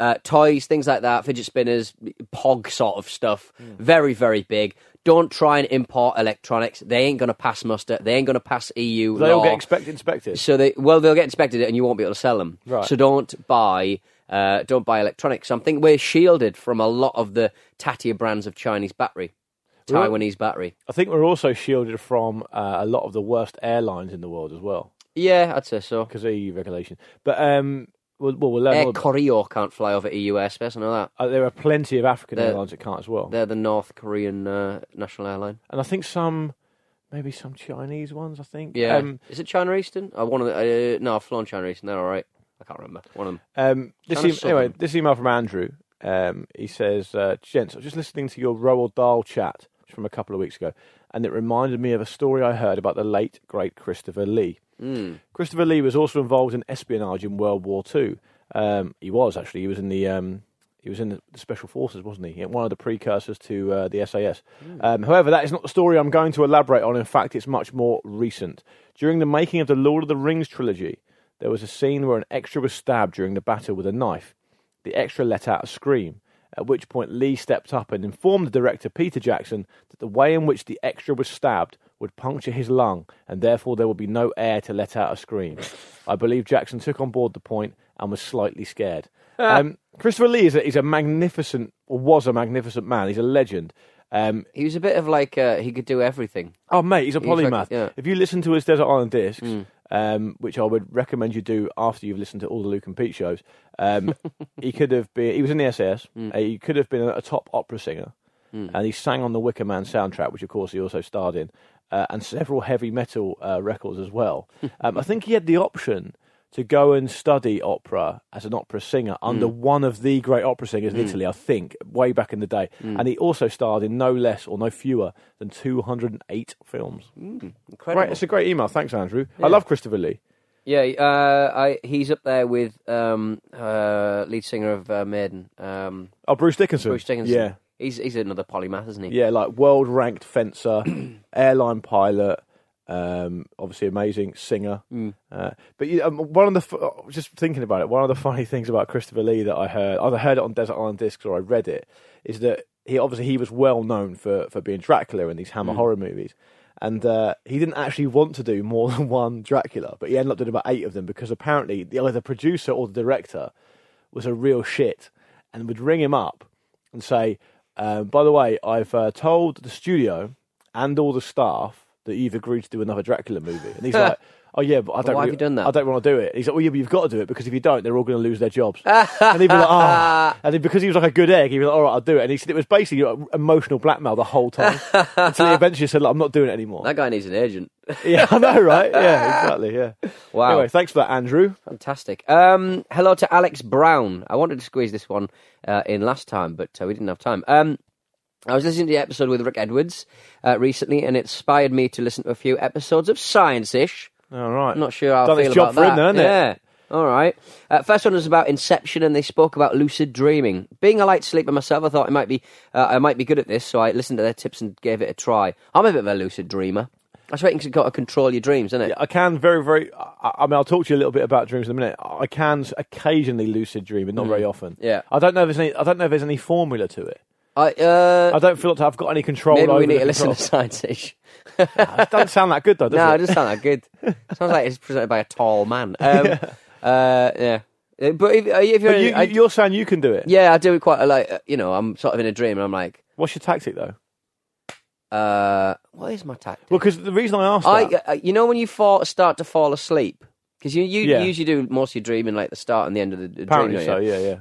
[SPEAKER 1] uh, toys, things like that, fidget spinners, pog sort of stuff,
[SPEAKER 2] Hmm.
[SPEAKER 1] very, very big. Don't try and import electronics. They ain't going to pass muster. They ain't going to pass EU
[SPEAKER 2] They all
[SPEAKER 1] law.
[SPEAKER 2] get expect- inspected.
[SPEAKER 1] So they well they'll get inspected and you won't be able to sell them.
[SPEAKER 2] Right.
[SPEAKER 1] So don't buy uh, don't buy electronics. So I'm thinking we're shielded from a lot of the tattier brands of Chinese battery,
[SPEAKER 2] Right.
[SPEAKER 1] Taiwanese battery.
[SPEAKER 2] I think we're also shielded from uh, a lot of the worst airlines in the world as well
[SPEAKER 1] Yeah, I'd say so.
[SPEAKER 2] because EU regulation. But um, we'll, well, we'll learn.
[SPEAKER 1] Air
[SPEAKER 2] all-
[SPEAKER 1] Koryo can't fly over EU airspace. I know that.
[SPEAKER 2] uh, there are plenty of African
[SPEAKER 1] The-
[SPEAKER 2] airlines that can't as well.
[SPEAKER 1] They're the North Korean uh, national airline.
[SPEAKER 2] and I think some, maybe some Chinese ones. I think.
[SPEAKER 1] Yeah,
[SPEAKER 2] Um,
[SPEAKER 1] is it China Eastern? I one of the, uh, no, I've flown China Eastern. They're all right. I can't remember one of them.
[SPEAKER 2] Um, this
[SPEAKER 1] China
[SPEAKER 2] e- anyway,
[SPEAKER 1] Southern.
[SPEAKER 2] this email from Andrew. Um, he says, uh, "Gents, I was just listening to your Roald Dahl chat from a couple of weeks ago, and it reminded me of a story I heard about the late great Christopher Lee. Christopher Lee was also involved in espionage in World War Two. Um, he was actually. He was in the um, he was in the special forces, wasn't he? One of the precursors to uh, the SAS. Um, however, that is not the story I'm going to elaborate on. In fact, it's much more recent. During the making of the Lord of the Rings trilogy, there was a scene where an extra was stabbed during the battle with a knife. The extra let out a scream, at which point Lee stepped up and informed the director Peter Jackson that the way in which the extra was stabbed would puncture his lung and therefore there would be no air to let out a scream. I believe Jackson took on board the point and was slightly scared. Um, Christopher Lee is a, is a magnificent, or was a magnificent man. He's a legend. Um,
[SPEAKER 1] He was a bit of like uh, he could do everything.
[SPEAKER 2] Oh, mate, he's a
[SPEAKER 1] He's like-
[SPEAKER 2] polymath.
[SPEAKER 1] yeah. Hmm.
[SPEAKER 2] If you listen to his Desert Island Discs, um, which I would recommend you do after you've listened to all the Luke and Pete shows, um, he could have been. He was in the SAS.
[SPEAKER 1] Hmm.
[SPEAKER 2] Uh, he could have been a, a top opera singer, and he sang on the Wicker Man soundtrack, which of course he also starred in, uh, and several heavy metal uh, records as well.
[SPEAKER 1] Hmm.
[SPEAKER 2] um, I think he had the option. To go and study opera as an opera singer under
[SPEAKER 1] Hmm.
[SPEAKER 2] one of the great opera singers in Italy, I think, way back in the day.
[SPEAKER 1] Hmm.
[SPEAKER 2] And he also starred in no less or no fewer than 208 films.
[SPEAKER 1] Incredible.
[SPEAKER 2] Right, it's a great email. Thanks, Andrew. I love Christopher Lee.
[SPEAKER 1] Yeah, uh, I, he's up there with um, uh, lead singer of uh, Maiden, um,
[SPEAKER 2] Oh, Bruce Dickinson.
[SPEAKER 1] Bruce Dickinson.
[SPEAKER 2] Yeah,
[SPEAKER 1] he's he's another polymath, isn't he?
[SPEAKER 2] yeah, like world ranked fencer, airline pilot. Um, obviously, amazing singer. Uh, but you, um, one of the f- just thinking about it, one of the funny things about Christopher Lee that I heard, either heard it on Desert Island Discs or I read it, is that he obviously he was well known for for being Dracula in these Hammer horror movies. And uh, he didn't actually want to do more than one Dracula, but he ended up doing about eight of them because apparently the either producer or the director was a real shit and would ring him up and say, um, by the way, I've uh, told the studio and all the staff that you've agreed to do another Dracula movie. And he's like, oh, yeah, but I don't,
[SPEAKER 1] why have
[SPEAKER 2] really-
[SPEAKER 1] you done that?
[SPEAKER 2] I don't want to do it. And he's like, well, yeah, but you've got to do it because if you don't, they're all going to lose their jobs. and he'd be like, oh. And then because he was like a good egg, he'd be like, all right, I'll do it. And he said it was basically like, emotional blackmail the whole time until he eventually said, like, I'm not doing it anymore.
[SPEAKER 1] That guy needs an agent.
[SPEAKER 2] yeah, I know, right? Yeah, exactly, yeah.
[SPEAKER 1] Wow.
[SPEAKER 2] Anyway, thanks for that, Andrew.
[SPEAKER 1] Fantastic. Um, hello to Alex Brown. I wanted to squeeze this one uh, in last time, but uh, we didn't have time. Um, I was listening to the episode with Rick Edwards uh, recently, and it inspired me to listen to a few episodes of Science Ish.
[SPEAKER 2] All right.
[SPEAKER 1] I'm not sure how
[SPEAKER 2] Done
[SPEAKER 1] I
[SPEAKER 2] its
[SPEAKER 1] feel
[SPEAKER 2] job
[SPEAKER 1] about
[SPEAKER 2] for
[SPEAKER 1] that.
[SPEAKER 2] him then, hasn't it?
[SPEAKER 1] yeah. All right. Uh, first one was about Inception, and they spoke about lucid dreaming. Being a light sleeper myself, I thought I might be uh, I might be good at this, so I listened to their tips and gave it a try. I'm a bit of a lucid dreamer. That's right. You've got to control your dreams, isn't it?
[SPEAKER 2] Yeah, I can very, very. I, I mean, I'll talk to you a little bit about dreams in a minute. I can s- occasionally lucid dream, but not very often.
[SPEAKER 1] Mm. Yeah.
[SPEAKER 2] I don't know if there's any. I don't know if there's any formula to it.
[SPEAKER 1] I, uh,
[SPEAKER 2] I don't feel like I've got any control.
[SPEAKER 1] maybe
[SPEAKER 2] over
[SPEAKER 1] we
[SPEAKER 2] the
[SPEAKER 1] need to listen
[SPEAKER 2] control.
[SPEAKER 1] to Science Ish.
[SPEAKER 2] It doesn't sound that good though. Does
[SPEAKER 1] No,
[SPEAKER 2] it?
[SPEAKER 1] it doesn't sound that good. Sounds like it's presented by a tall man. Um, yeah. Uh, yeah. Uh, But if, uh, if you're,
[SPEAKER 2] But you,
[SPEAKER 1] I,
[SPEAKER 2] you're saying you can do it.
[SPEAKER 1] yeah, I do it quite a like. uh, You know, I'm sort of in a dream, and I'm like,
[SPEAKER 2] What's your tactic though?
[SPEAKER 1] uh, what is my tactic?
[SPEAKER 2] Well, because the reason I asked
[SPEAKER 1] I,
[SPEAKER 2] that,
[SPEAKER 1] uh, you know, when you fall, start to fall asleep, because you, you
[SPEAKER 2] Yeah.
[SPEAKER 1] usually do most of your dreaming like the start and the end of the, the dream.
[SPEAKER 2] apparently
[SPEAKER 1] don't
[SPEAKER 2] so.
[SPEAKER 1] you?
[SPEAKER 2] Yeah, yeah.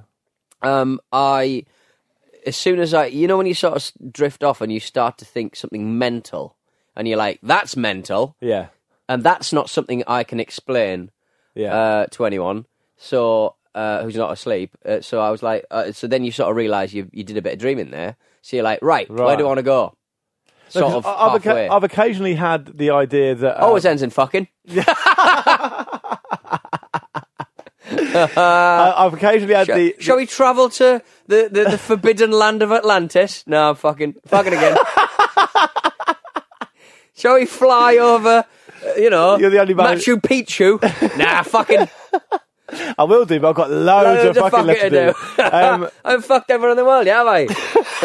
[SPEAKER 1] Um, I, as soon as I, you know, when you sort of s- drift off and you start to think something mental, and you're like, that's mental,
[SPEAKER 2] Yeah.
[SPEAKER 1] and that's not something I can explain.
[SPEAKER 2] Yeah.
[SPEAKER 1] uh, to anyone. So uh, who's not asleep? Uh, so I was like, uh, so then you sort of realise you you did a bit of dreaming there. So you're like, right, where
[SPEAKER 2] Right.
[SPEAKER 1] do I want to go?
[SPEAKER 2] No,
[SPEAKER 1] Sort
[SPEAKER 2] 'cause
[SPEAKER 1] of
[SPEAKER 2] I- I've, oca-
[SPEAKER 1] halfway. Oh,
[SPEAKER 2] I've occasionally had the idea that. uh,
[SPEAKER 1] Always ends in fucking.
[SPEAKER 2] I- I've occasionally had
[SPEAKER 1] Shall,
[SPEAKER 2] the.
[SPEAKER 1] shall we travel to the, the, the forbidden land of Atlantis? No, I'm fucking fucking again. shall we fly over? uh, You know,
[SPEAKER 2] You're the only man-
[SPEAKER 1] Machu Picchu. nah, fucking.
[SPEAKER 2] I will do, but I've got
[SPEAKER 1] Loads
[SPEAKER 2] loads, of
[SPEAKER 1] of
[SPEAKER 2] fucking
[SPEAKER 1] fucking
[SPEAKER 2] left
[SPEAKER 1] to
[SPEAKER 2] to
[SPEAKER 1] do.
[SPEAKER 2] do. um,
[SPEAKER 1] I've fucked everyone in the world, yeah, have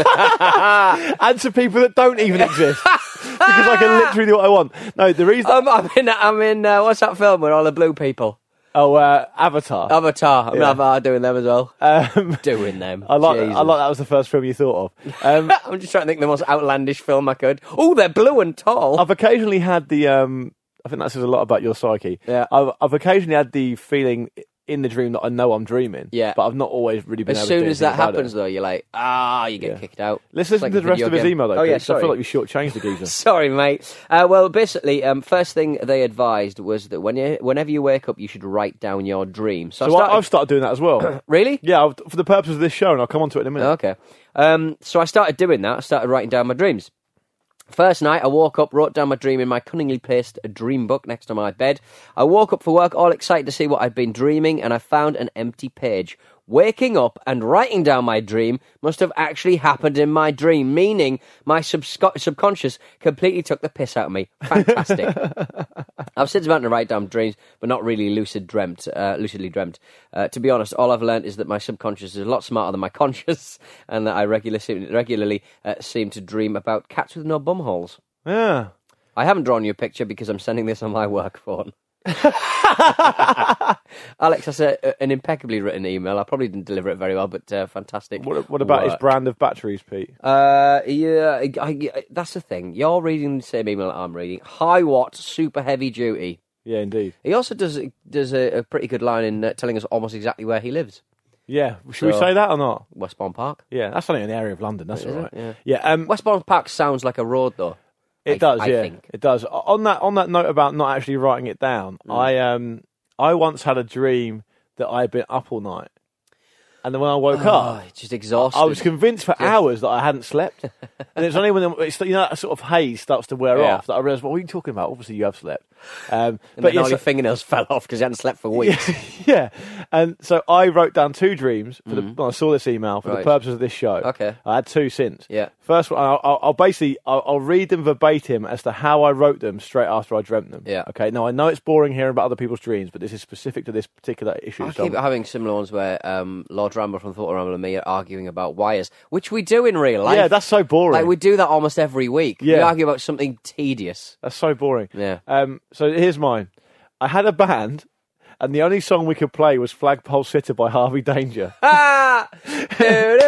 [SPEAKER 1] I?
[SPEAKER 2] and to people that don't even exist. because I can literally do what I want. No, the reason.
[SPEAKER 1] Um, I'm, I'm in. I'm in. Uh, what's that film with all the blue people?
[SPEAKER 2] oh, uh, Avatar.
[SPEAKER 1] Avatar. I'm
[SPEAKER 2] Yeah.
[SPEAKER 1] Avatar doing them as well.
[SPEAKER 2] Um,
[SPEAKER 1] doing them.
[SPEAKER 2] I like.
[SPEAKER 1] Jesus.
[SPEAKER 2] I like that was the first film you thought of. Um,
[SPEAKER 1] I'm just trying to think the most outlandish film I could. Oh, they're blue and tall.
[SPEAKER 2] I've occasionally had the. Um, I think that says a lot about your psyche.
[SPEAKER 1] Yeah.
[SPEAKER 2] I've, I've occasionally had the feeling in the dream that I know I'm dreaming.
[SPEAKER 1] Yeah.
[SPEAKER 2] But I've not always really been.
[SPEAKER 1] as
[SPEAKER 2] able to
[SPEAKER 1] soon
[SPEAKER 2] do
[SPEAKER 1] as
[SPEAKER 2] anything
[SPEAKER 1] that
[SPEAKER 2] about it.
[SPEAKER 1] happens, though, you're like, ah, you get
[SPEAKER 2] Yeah.
[SPEAKER 1] kicked out.
[SPEAKER 2] let's
[SPEAKER 1] It's like
[SPEAKER 2] listen to
[SPEAKER 1] a
[SPEAKER 2] the rest
[SPEAKER 1] video
[SPEAKER 2] of his
[SPEAKER 1] game.
[SPEAKER 2] email though.
[SPEAKER 1] Oh yeah,
[SPEAKER 2] because I
[SPEAKER 1] sorry.
[SPEAKER 2] feel like we shortchanged the geezer.
[SPEAKER 1] Sorry, mate. Uh, well, basically, um, first thing they advised was that when you, whenever you wake up, you should write down your dream. So,
[SPEAKER 2] So
[SPEAKER 1] I
[SPEAKER 2] I,
[SPEAKER 1] started,
[SPEAKER 2] I've started doing that as well.
[SPEAKER 1] really,
[SPEAKER 2] yeah, I've, for the purpose of this show, and I'll come on to it in a minute.
[SPEAKER 1] Okay. Um, so I started doing that. I started writing down my dreams. First night, I woke up, wrote down my dream in my cunningly placed dream book next to my bed. I woke up for work, all excited to see what I'd been dreaming, and I found an empty page. Waking up and writing down my dream must have actually happened in my dream, meaning my subsco- subconscious completely took the piss out of me. Fantastic. I've since learned to write down dreams, but not really lucid dreamt, uh, lucidly dreamt. Uh, to be honest, all I've learned is that my subconscious is a lot smarter than my conscious, and that I regularly, regularly uh, seem to dream about cats with no bum holes.
[SPEAKER 2] Yeah.
[SPEAKER 1] I haven't drawn you a picture because I'm sending this on my work phone. Alex, that's a, a- an impeccably written email. I probably didn't deliver it very well, but uh, fantastic.
[SPEAKER 2] What, what about his
[SPEAKER 1] work.
[SPEAKER 2] brand of batteries, Pete?
[SPEAKER 1] Uh, yeah, I, I- that's the thing. You're reading the same email that I'm reading. High watt, super heavy duty.
[SPEAKER 2] Yeah, indeed.
[SPEAKER 1] He also does does a, a pretty good line in uh, telling us almost exactly where he lives,
[SPEAKER 2] Yeah. Should we
[SPEAKER 1] So-
[SPEAKER 2] say that or not?
[SPEAKER 1] Westbourne Park.
[SPEAKER 2] Yeah, that's only an area of London. That's all
[SPEAKER 1] Oh, it?
[SPEAKER 2] right.
[SPEAKER 1] Yeah.
[SPEAKER 2] um,
[SPEAKER 1] Westbourne Park sounds like a road, though.
[SPEAKER 2] it
[SPEAKER 1] I-
[SPEAKER 2] does.
[SPEAKER 1] I
[SPEAKER 2] yeah,
[SPEAKER 1] think.
[SPEAKER 2] it does. O- On that on that note about not actually writing it down,
[SPEAKER 1] Mm.
[SPEAKER 2] I um I once had a dream that I had been up all night, and then when I woke
[SPEAKER 1] Oh,
[SPEAKER 2] up,
[SPEAKER 1] it's just exhausted.
[SPEAKER 2] I was convinced for hours that I hadn't slept, and it's only when the- it's, you know that sort of haze starts to wear
[SPEAKER 1] Yeah.
[SPEAKER 2] off that I realised. Well, what are you talking about? Obviously, you have slept. Um,
[SPEAKER 1] And
[SPEAKER 2] but
[SPEAKER 1] then all
[SPEAKER 2] yes,
[SPEAKER 1] your fingernails fell off because you hadn't slept for weeks.
[SPEAKER 2] yeah. And so I wrote down two dreams for the, when I saw this email for the
[SPEAKER 1] Mm-hmm. Right.
[SPEAKER 2] purpose of this show.
[SPEAKER 1] Okay.
[SPEAKER 2] I had two since.
[SPEAKER 1] Yeah.
[SPEAKER 2] First one, I'll, I'll I'll basically I'll, I'll read them verbatim as to how I wrote them straight after I dreamt them.
[SPEAKER 1] Yeah.
[SPEAKER 2] Okay. Now I know it's boring hearing about other people's dreams, but this is specific to this particular issue.
[SPEAKER 1] I
[SPEAKER 2] so
[SPEAKER 1] keep having similar ones where um, Lord Ramble from Thought Ramble and me are arguing about wires, which we do in real life.
[SPEAKER 2] yeah, that's so boring.
[SPEAKER 1] Like we do that almost every week. We
[SPEAKER 2] Yeah.
[SPEAKER 1] argue about something tedious.
[SPEAKER 2] That's so boring.
[SPEAKER 1] Yeah.
[SPEAKER 2] Um, so here's mine. I had a band, and the only song we could play was Flagpole Sitter by Harvey Danger.
[SPEAKER 1] Ah! Isn't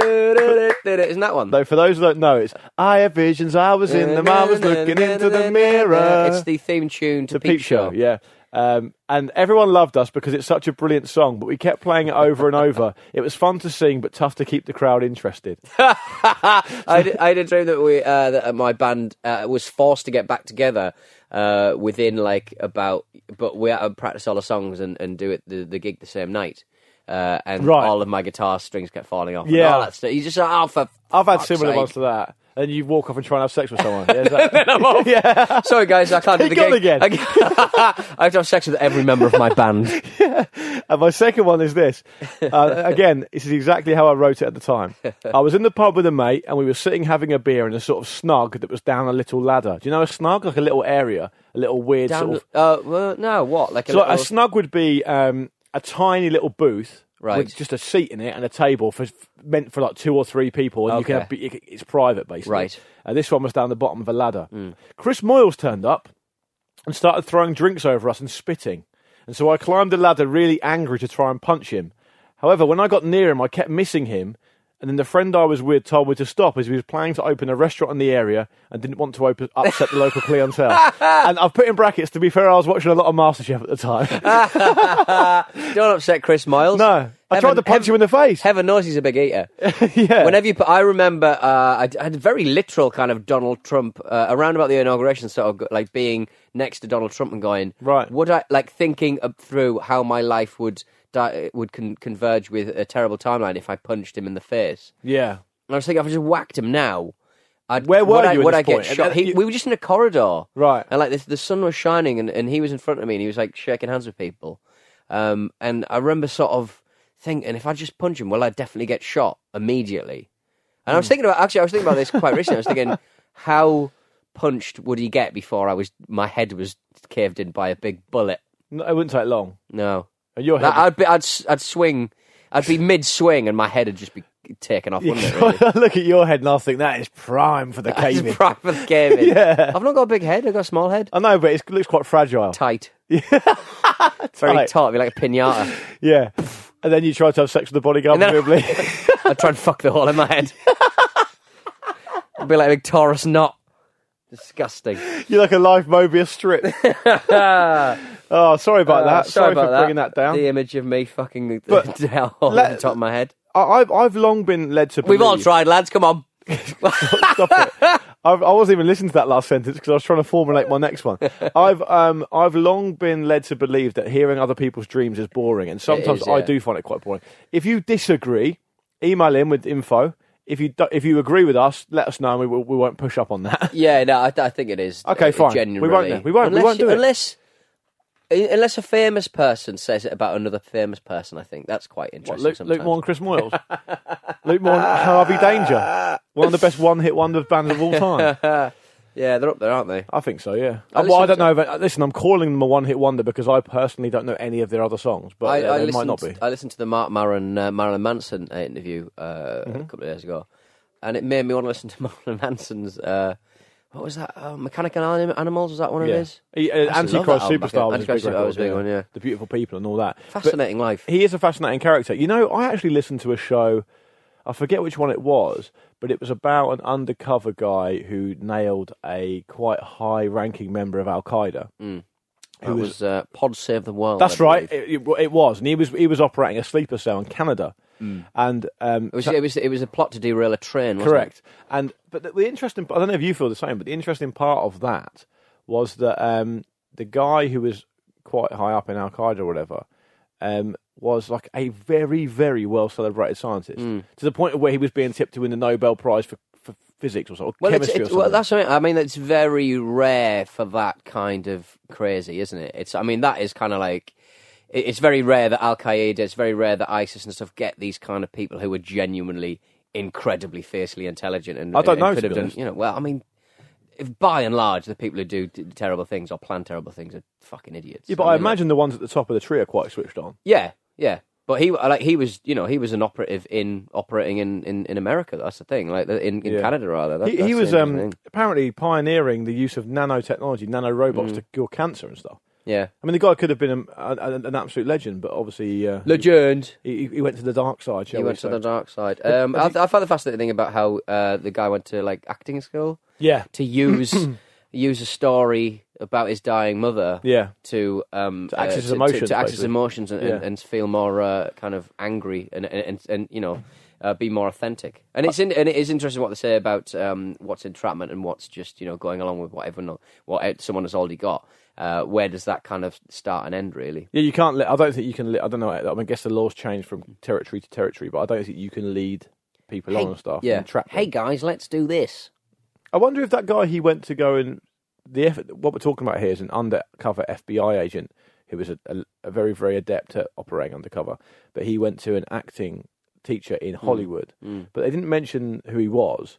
[SPEAKER 1] that one?
[SPEAKER 2] Though for those who don't know, it's I have visions, I was in them, I was looking into the mirror.
[SPEAKER 1] It's the theme tune to
[SPEAKER 2] the Peep Show, yeah. Um, and everyone loved us because it's such a brilliant song, but we kept playing it over and over. It was fun to sing, but tough to keep the crowd interested.
[SPEAKER 1] I, had, I had a dream that we uh, that my band uh, was forced to get back together uh, within like about, but we had to practice all the songs and, and do it the, the gig the same night. Uh, and
[SPEAKER 2] Right.
[SPEAKER 1] all of my guitar strings kept falling off. and
[SPEAKER 2] Yeah.
[SPEAKER 1] all that stuff. You just like, oh, for
[SPEAKER 2] I've had
[SPEAKER 1] fuck's
[SPEAKER 2] similar
[SPEAKER 1] sake.
[SPEAKER 2] ones to that. And you walk off and try and have sex with someone. Yeah, is that- yeah.
[SPEAKER 1] Sorry, guys, I can't do the
[SPEAKER 2] Gone
[SPEAKER 1] gig
[SPEAKER 2] again.
[SPEAKER 1] I, I have to have sex with every member of my band.
[SPEAKER 2] And my second one is this. Uh, again, this is exactly how I wrote it at the time. I was in the pub with a mate, and we were sitting having a beer in a sort of snug that was down a little ladder. Do you know a snug? Like a little area, a little weird
[SPEAKER 1] Down,
[SPEAKER 2] sort of.
[SPEAKER 1] uh, well, no, what? Like a,
[SPEAKER 2] So like,
[SPEAKER 1] little-
[SPEAKER 2] a snug would be um, a tiny little booth.
[SPEAKER 1] Right.
[SPEAKER 2] With just a seat in it and a table for meant for like two or three people, and you can
[SPEAKER 1] Okay.
[SPEAKER 2] have, be- it's private basically.
[SPEAKER 1] Right. Mm.
[SPEAKER 2] And this one was down the bottom of a ladder. Chris Moyles turned up and started throwing drinks over us and spitting. And so I climbed the ladder really angry to try and punch him. However, when I got near him, I kept missing him. And then the friend I was with told me to stop as he was planning to open a restaurant in the area and didn't want to open, upset the local clientele. And I've put in brackets, to be fair, I was watching a lot of MasterChef at the
[SPEAKER 1] Ah,
[SPEAKER 2] time.
[SPEAKER 1] Don't upset Chris Miles.
[SPEAKER 2] no, I tried
[SPEAKER 1] Heaven-
[SPEAKER 2] to punch him in the face.
[SPEAKER 1] Heaven knows he's a big eater.
[SPEAKER 2] yeah.
[SPEAKER 1] Whenever you, put, I remember, uh, I I had a very literal kind of Donald Trump uh, around about the inauguration, sort of go- like being next to Donald Trump and going,
[SPEAKER 2] Right.
[SPEAKER 1] Would I like thinking up through how my life would di- would con- converge with a terrible timeline if I punched him in the face?
[SPEAKER 2] yeah.
[SPEAKER 1] And I was thinking, if I just whacked him now, I'd,
[SPEAKER 2] Where were
[SPEAKER 1] would I,
[SPEAKER 2] you at
[SPEAKER 1] would
[SPEAKER 2] this
[SPEAKER 1] I
[SPEAKER 2] point?
[SPEAKER 1] get shot? He,
[SPEAKER 2] You-
[SPEAKER 1] we were just in a corridor,
[SPEAKER 2] Right.
[SPEAKER 1] And like the, the sun was shining, and, and he was in front of me, and he was like shaking hands with people. Um, and I remember sort of thinking, if I just punch him, well, I'd definitely get shot immediately. And I
[SPEAKER 2] Hmm.
[SPEAKER 1] was thinking about actually, I was thinking about this quite recently. I was thinking, how punched would he get before I was my head was caved in by a big bullet?
[SPEAKER 2] No, it wouldn't take long.
[SPEAKER 1] No,
[SPEAKER 2] And your
[SPEAKER 1] Like,
[SPEAKER 2] head.
[SPEAKER 1] I'd be, I'd, s- I'd swing, I'd be mid swing, and my head would just be taken off, wouldn't it? Really?
[SPEAKER 2] I look at your head and I think that is prime for the
[SPEAKER 1] It's
[SPEAKER 2] caving.
[SPEAKER 1] prime for the gaming.
[SPEAKER 2] Yeah.
[SPEAKER 1] I've not got a big head, I've got a small head.
[SPEAKER 2] I know, but it's- it looks quite fragile.
[SPEAKER 1] Tight. Very
[SPEAKER 2] Tight.
[SPEAKER 1] tight, it'd be like a pinata.
[SPEAKER 2] Yeah. And then you try to have sex with the bodyguard,
[SPEAKER 1] And then-
[SPEAKER 2] presumably.
[SPEAKER 1] I'd try and fuck the hole in my head. I'd be like a big Taurus knot. Disgusting.
[SPEAKER 2] You're like a live Mobius strip. oh, sorry about
[SPEAKER 1] Uh,
[SPEAKER 2] that. Sorry, for bringing that, down.
[SPEAKER 1] The uh, image of me fucking the,
[SPEAKER 2] But
[SPEAKER 1] the hole
[SPEAKER 2] let-
[SPEAKER 1] on the top of my head.
[SPEAKER 2] I, I've, I've long been led to believe.
[SPEAKER 1] We've all tried, lads. Come on.
[SPEAKER 2] Stop it. I've, I wasn't even listening to that last sentence because I was trying to formulate my next one. I've um I've long been led to believe that hearing other people's dreams is boring, and sometimes
[SPEAKER 1] is,
[SPEAKER 2] I
[SPEAKER 1] yeah.
[SPEAKER 2] do find it quite boring. If you disagree, email in with info. If you do, if you agree with us, let us know, and we, will- we won't push up on that.
[SPEAKER 1] Yeah, no, I, I think it is.
[SPEAKER 2] Okay,
[SPEAKER 1] uh,
[SPEAKER 2] fine. We
[SPEAKER 1] Genuinely.
[SPEAKER 2] won't then. We won't- we
[SPEAKER 1] Unless,
[SPEAKER 2] won't do it.
[SPEAKER 1] Unless, uh, unless a famous person says it about another famous person, I think that's quite
[SPEAKER 2] What,
[SPEAKER 1] interesting
[SPEAKER 2] Luke,
[SPEAKER 1] sometimes.
[SPEAKER 2] Luke Moore and Chris Moyles, Luke Moore and Harvey Danger, one of the best one-hit wonder bands of all time.
[SPEAKER 1] Yeah, they're up there, aren't they?
[SPEAKER 2] I think so, yeah.
[SPEAKER 1] I
[SPEAKER 2] Uh, well, I
[SPEAKER 1] listened
[SPEAKER 2] don't know. But, listen, I'm calling them a one-hit wonder because I personally don't know any of their other songs, but uh, they might
[SPEAKER 1] listened,
[SPEAKER 2] not be.
[SPEAKER 1] I listened to the Mark Maron uh, Marilyn Manson uh, interview uh,
[SPEAKER 2] Mm-hmm.
[SPEAKER 1] a couple of days ago, and it made me want to listen to Marilyn Manson's. Uh, what was that? Oh, Mechanical Anim- Animals was that one of his?
[SPEAKER 2] He, uh,
[SPEAKER 1] I actually love that
[SPEAKER 2] Antichrist
[SPEAKER 1] album back then. Antichrist
[SPEAKER 2] Superstar was his big
[SPEAKER 1] Superstar was a big
[SPEAKER 2] record,
[SPEAKER 1] one, yeah.
[SPEAKER 2] The Beautiful People and all that. But
[SPEAKER 1] Fascinating life.
[SPEAKER 2] he is a fascinating character. You know, I actually listened to a show, I forget which one it was, but it was about an undercover guy who nailed a quite high ranking member of Al Qaeda.
[SPEAKER 1] Who was, uh, Pod Save the World?
[SPEAKER 2] That's
[SPEAKER 1] I
[SPEAKER 2] right,
[SPEAKER 1] believe. It
[SPEAKER 2] it, it, it was. And he was, he was operating a sleeper cell in Canada. And um,
[SPEAKER 1] was, Mm. it was it was a plot to derail a train. Wasn't
[SPEAKER 2] Correct. And but the, the interesting, I don't know if you feel the same, but the interesting part of that was that um, the guy who was quite high up in Al Qaeda or whatever um, was like a
[SPEAKER 1] Mm.
[SPEAKER 2] very, very well celebrated scientist to the point of where he was being tipped to win the Nobel Prize for, for physics or something, or
[SPEAKER 1] Well, it's,
[SPEAKER 2] chemistry
[SPEAKER 1] it's-
[SPEAKER 2] or something.
[SPEAKER 1] well, that's something. I mean, it's very rare for that kind of crazy, isn't it? It's. I mean, that is kind of like. it- It's very rare that Al Qaeda, it's very rare that ISIS and stuff get these kind of people who are genuinely incredibly fiercely intelligent and
[SPEAKER 2] I don't
[SPEAKER 1] and
[SPEAKER 2] know,
[SPEAKER 1] Could
[SPEAKER 2] to
[SPEAKER 1] have
[SPEAKER 2] be
[SPEAKER 1] done,
[SPEAKER 2] honest.
[SPEAKER 1] you know. Well, I mean, if by and large, the people who do t- terrible things or plan terrible things are fucking idiots.
[SPEAKER 2] yeah, but I
[SPEAKER 1] mean, like-
[SPEAKER 2] imagine the ones at the top of the tree are quite switched on.
[SPEAKER 1] yeah, yeah. But he like he was, you know, he was an operative in operating in, in, in America. That's the thing, like in, in
[SPEAKER 2] Yeah.
[SPEAKER 1] Canada rather. That,
[SPEAKER 2] he,
[SPEAKER 1] that's
[SPEAKER 2] he
[SPEAKER 1] the
[SPEAKER 2] was
[SPEAKER 1] interesting
[SPEAKER 2] um,
[SPEAKER 1] thing.
[SPEAKER 2] apparently pioneering the use of
[SPEAKER 1] Mm.
[SPEAKER 2] nanotechnology, nanorobots to cure cancer and stuff.
[SPEAKER 1] yeah,
[SPEAKER 2] I mean, the guy could have been a, a, a- an absolute legend, but obviously uh,
[SPEAKER 1] legend.
[SPEAKER 2] he, he went to the dark side. Shall
[SPEAKER 1] He
[SPEAKER 2] we
[SPEAKER 1] went to
[SPEAKER 2] say.
[SPEAKER 1] the dark side. Um, I,
[SPEAKER 2] have
[SPEAKER 1] I found the fascinating thing about how uh, the guy went to like acting school
[SPEAKER 2] Yeah,
[SPEAKER 1] to use use a story about his dying mother.
[SPEAKER 2] yeah.
[SPEAKER 1] To, um,
[SPEAKER 2] To access his
[SPEAKER 1] to- to,
[SPEAKER 2] emotions,
[SPEAKER 1] to access
[SPEAKER 2] basically.
[SPEAKER 1] emotions, and, and,
[SPEAKER 2] Yeah.
[SPEAKER 1] and feel more uh, kind of angry, and and, and, and you know, uh, be more authentic. And it's in, and it is interesting what they say about um, what's entrapment and what's just you know going along with what everyone, what e-, someone has already got. Uh, where does that kind of start and end, really?
[SPEAKER 2] Yeah, you can't. Let, I don't think you can. Let, I don't know. I mean, I guess the laws change from territory to territory, but I don't think you can lead people on and stuff.
[SPEAKER 1] yeah.
[SPEAKER 2] And trap
[SPEAKER 1] hey
[SPEAKER 2] them.
[SPEAKER 1] guys, let's do this.
[SPEAKER 2] I wonder if that guy he went to go and the effort, what we're talking about here is an undercover FBI agent who was a, a, a very very adept at operating undercover, but he went to an acting teacher in
[SPEAKER 1] Hmm.
[SPEAKER 2] Hollywood, but they didn't mention who he was.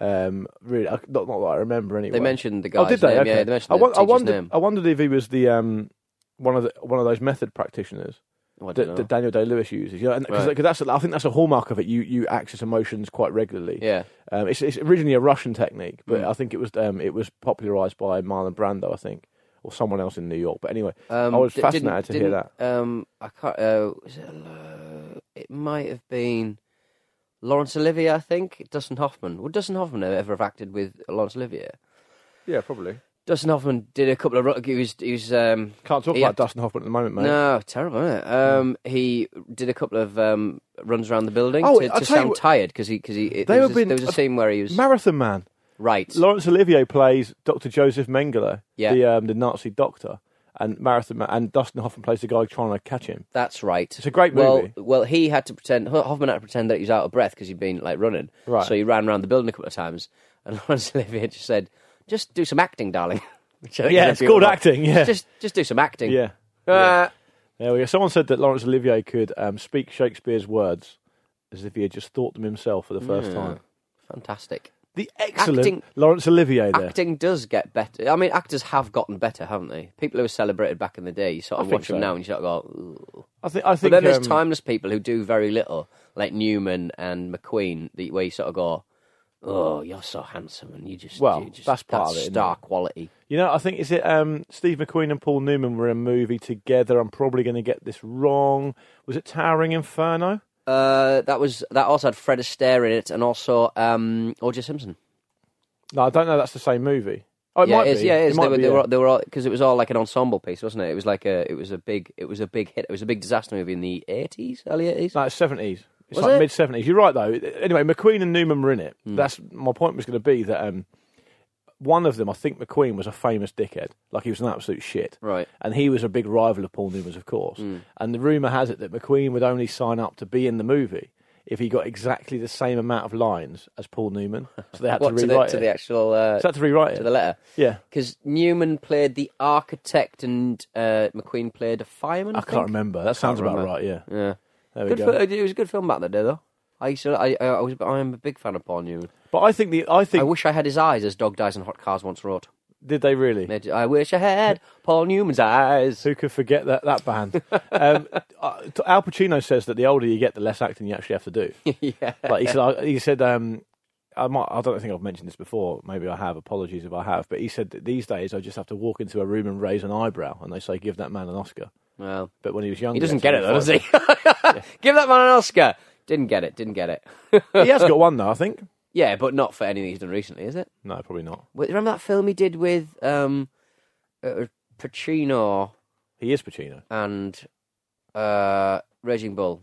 [SPEAKER 2] Um, really, I- not not that I remember anyway.
[SPEAKER 1] They mentioned the
[SPEAKER 2] Oh,
[SPEAKER 1] guy's
[SPEAKER 2] did they?
[SPEAKER 1] name.
[SPEAKER 2] Okay.
[SPEAKER 1] Yeah, they mentioned
[SPEAKER 2] I,
[SPEAKER 1] the
[SPEAKER 2] won- I
[SPEAKER 1] teacher's
[SPEAKER 2] wondered.
[SPEAKER 1] name.
[SPEAKER 2] I wondered if he was the um one of the one of those method practitioners
[SPEAKER 1] Oh, I don't know.
[SPEAKER 2] that, that Daniel Day Lewis uses. You know, because
[SPEAKER 1] Right.
[SPEAKER 2] that's I think that's a hallmark of it. You you access emotions quite regularly.
[SPEAKER 1] Yeah.
[SPEAKER 2] Um, it's, it's originally a Russian technique, but
[SPEAKER 1] Mm.
[SPEAKER 2] I think it was um, it was popularized by Marlon Brando, I think, or someone else in New York. But anyway, I was
[SPEAKER 1] d-
[SPEAKER 2] fascinated to
[SPEAKER 1] Um, didn't-
[SPEAKER 2] hear that.
[SPEAKER 1] didn't, Um, I can't. Uh, was it, uh, it might have been Laurence Olivier, I think. Dustin Hoffman. Would Dustin Hoffman have ever have acted with Laurence Olivier?
[SPEAKER 2] Yeah, probably.
[SPEAKER 1] Dustin Hoffman did a couple of. ru- He was. He was um,
[SPEAKER 2] Can't talk
[SPEAKER 1] He
[SPEAKER 2] about
[SPEAKER 1] had to-
[SPEAKER 2] Dustin Hoffman at the moment, mate.
[SPEAKER 1] no, terrible, isn't it? Um, he did a couple of um, runs around the building
[SPEAKER 2] Oh,
[SPEAKER 1] to,
[SPEAKER 2] I'll
[SPEAKER 1] to
[SPEAKER 2] tell you
[SPEAKER 1] sound
[SPEAKER 2] what-
[SPEAKER 1] tired because he, cause he, it-
[SPEAKER 2] They
[SPEAKER 1] there,
[SPEAKER 2] have
[SPEAKER 1] was a,
[SPEAKER 2] been-
[SPEAKER 1] there was a scene where he was.
[SPEAKER 2] Marathon Man.
[SPEAKER 1] right.
[SPEAKER 2] Laurence Olivier plays Dr. Joseph Mengele,
[SPEAKER 1] Yeah.
[SPEAKER 2] the um, the Nazi doctor, and Marathon Man, and Dustin Hoffman plays the guy trying to catch him.
[SPEAKER 1] That's right.
[SPEAKER 2] It's a great
[SPEAKER 1] well,
[SPEAKER 2] movie.
[SPEAKER 1] Well, he had to pretend. Ho- Hoffman had to pretend that he was out of breath because he'd been like running.
[SPEAKER 2] Right.
[SPEAKER 1] So he ran around the building a couple of times, and Laurence Olivier just said, "Just do some acting, darling." Which I think
[SPEAKER 2] Yeah,
[SPEAKER 1] is a
[SPEAKER 2] it's called
[SPEAKER 1] beautiful-
[SPEAKER 2] acting, yeah.
[SPEAKER 1] Just, just do some acting.
[SPEAKER 2] Yeah.
[SPEAKER 1] Uh,
[SPEAKER 2] There we go. Someone said that Laurence Olivier could um, speak Shakespeare's words as if he had just thought them himself for the first time.
[SPEAKER 1] Fantastic.
[SPEAKER 2] The excellent
[SPEAKER 1] Acting-
[SPEAKER 2] Laurence Olivier there.
[SPEAKER 1] Acting does get better. I mean, actors have gotten better, haven't they? People who were celebrated back in the day, you sort of
[SPEAKER 2] think
[SPEAKER 1] watch them
[SPEAKER 2] so.
[SPEAKER 1] now and you sort of go, "Ooh."
[SPEAKER 2] I think. I
[SPEAKER 1] But
[SPEAKER 2] think.
[SPEAKER 1] then there's
[SPEAKER 2] um,
[SPEAKER 1] timeless people who do very little, like Newman and McQueen, the, where you sort of go, "Oh, you're so handsome," and you just
[SPEAKER 2] Well,
[SPEAKER 1] you just,
[SPEAKER 2] that's part of it, isn't
[SPEAKER 1] star
[SPEAKER 2] it?
[SPEAKER 1] quality.
[SPEAKER 2] You know, I think is it um, Steve McQueen and Paul Newman were in a movie together. I'm probably going to get this wrong. Was it Towering Inferno?
[SPEAKER 1] Uh, that was that also had Fred Astaire in it, and also um, O.J. Simpson.
[SPEAKER 2] No, I don't know. That's the same movie. Oh, it
[SPEAKER 1] yeah,
[SPEAKER 2] might
[SPEAKER 1] it is,
[SPEAKER 2] be.
[SPEAKER 1] yeah, it is.
[SPEAKER 2] might
[SPEAKER 1] They were,
[SPEAKER 2] be,
[SPEAKER 1] they
[SPEAKER 2] yeah.
[SPEAKER 1] were they were all because it was all like an ensemble piece, wasn't it? It was like a it was a big it was a big hit. It was a big disaster movie in the eighties, early eighties.
[SPEAKER 2] No, it's seventies. It's
[SPEAKER 1] Was
[SPEAKER 2] like
[SPEAKER 1] it? Hmm.
[SPEAKER 2] mid seventies. You're right though. Anyway, McQueen and Newman were in it. That's my point was going to be that um, one of them, I think McQueen was a famous dickhead. Like he was an absolute shit.
[SPEAKER 1] Right.
[SPEAKER 2] And he was a big rival of Paul Newman's, of course.
[SPEAKER 1] Mm.
[SPEAKER 2] And the rumor has it that McQueen would only sign up to be in the movie if he got exactly the same amount of lines as Paul Newman. So they had
[SPEAKER 1] What
[SPEAKER 2] to
[SPEAKER 1] to the,
[SPEAKER 2] rewrite
[SPEAKER 1] to
[SPEAKER 2] it.
[SPEAKER 1] the actual uh,
[SPEAKER 2] so they had to rewrite it.
[SPEAKER 1] to the letter?
[SPEAKER 2] yeah.
[SPEAKER 1] Because Newman played the architect and uh, McQueen played a fireman.
[SPEAKER 2] I
[SPEAKER 1] I,
[SPEAKER 2] can't
[SPEAKER 1] think?
[SPEAKER 2] remember. That sounds about
[SPEAKER 1] remember.
[SPEAKER 2] right. Yeah.
[SPEAKER 1] Yeah,
[SPEAKER 2] There we
[SPEAKER 1] good.
[SPEAKER 2] go.
[SPEAKER 1] fil- it was a good film back in the day, though. I used to, I, I was I'm a big fan of Paul Newman.
[SPEAKER 2] But I think the I think
[SPEAKER 1] I wish I had his eyes, as Dog Dies and Hot Cars once wrote.
[SPEAKER 2] did they really?
[SPEAKER 1] Made- I wish I had Paul Newman's eyes.
[SPEAKER 2] Who could forget that that band? um, uh, Al Pacino says that the older you get, the less acting you actually have to do.
[SPEAKER 1] yeah.
[SPEAKER 2] Like he said, I- he said, um, I might, I don't think I've mentioned this before. Maybe I have. Apologies if I have. But he said that these days I just have to walk into a room and raise an eyebrow, and they say give that man an Oscar.
[SPEAKER 1] Well,
[SPEAKER 2] But when he was young,
[SPEAKER 1] he doesn't get it though, does he? Give that man an Oscar. Didn't get it. Didn't get it.
[SPEAKER 2] he has got one though, I think.
[SPEAKER 1] yeah, but not for anything he's done recently, is it?
[SPEAKER 2] No, probably not.
[SPEAKER 1] Wait, Remember that film he did with um, uh, Pacino
[SPEAKER 2] He is Pacino.
[SPEAKER 1] and uh, Raging Bull.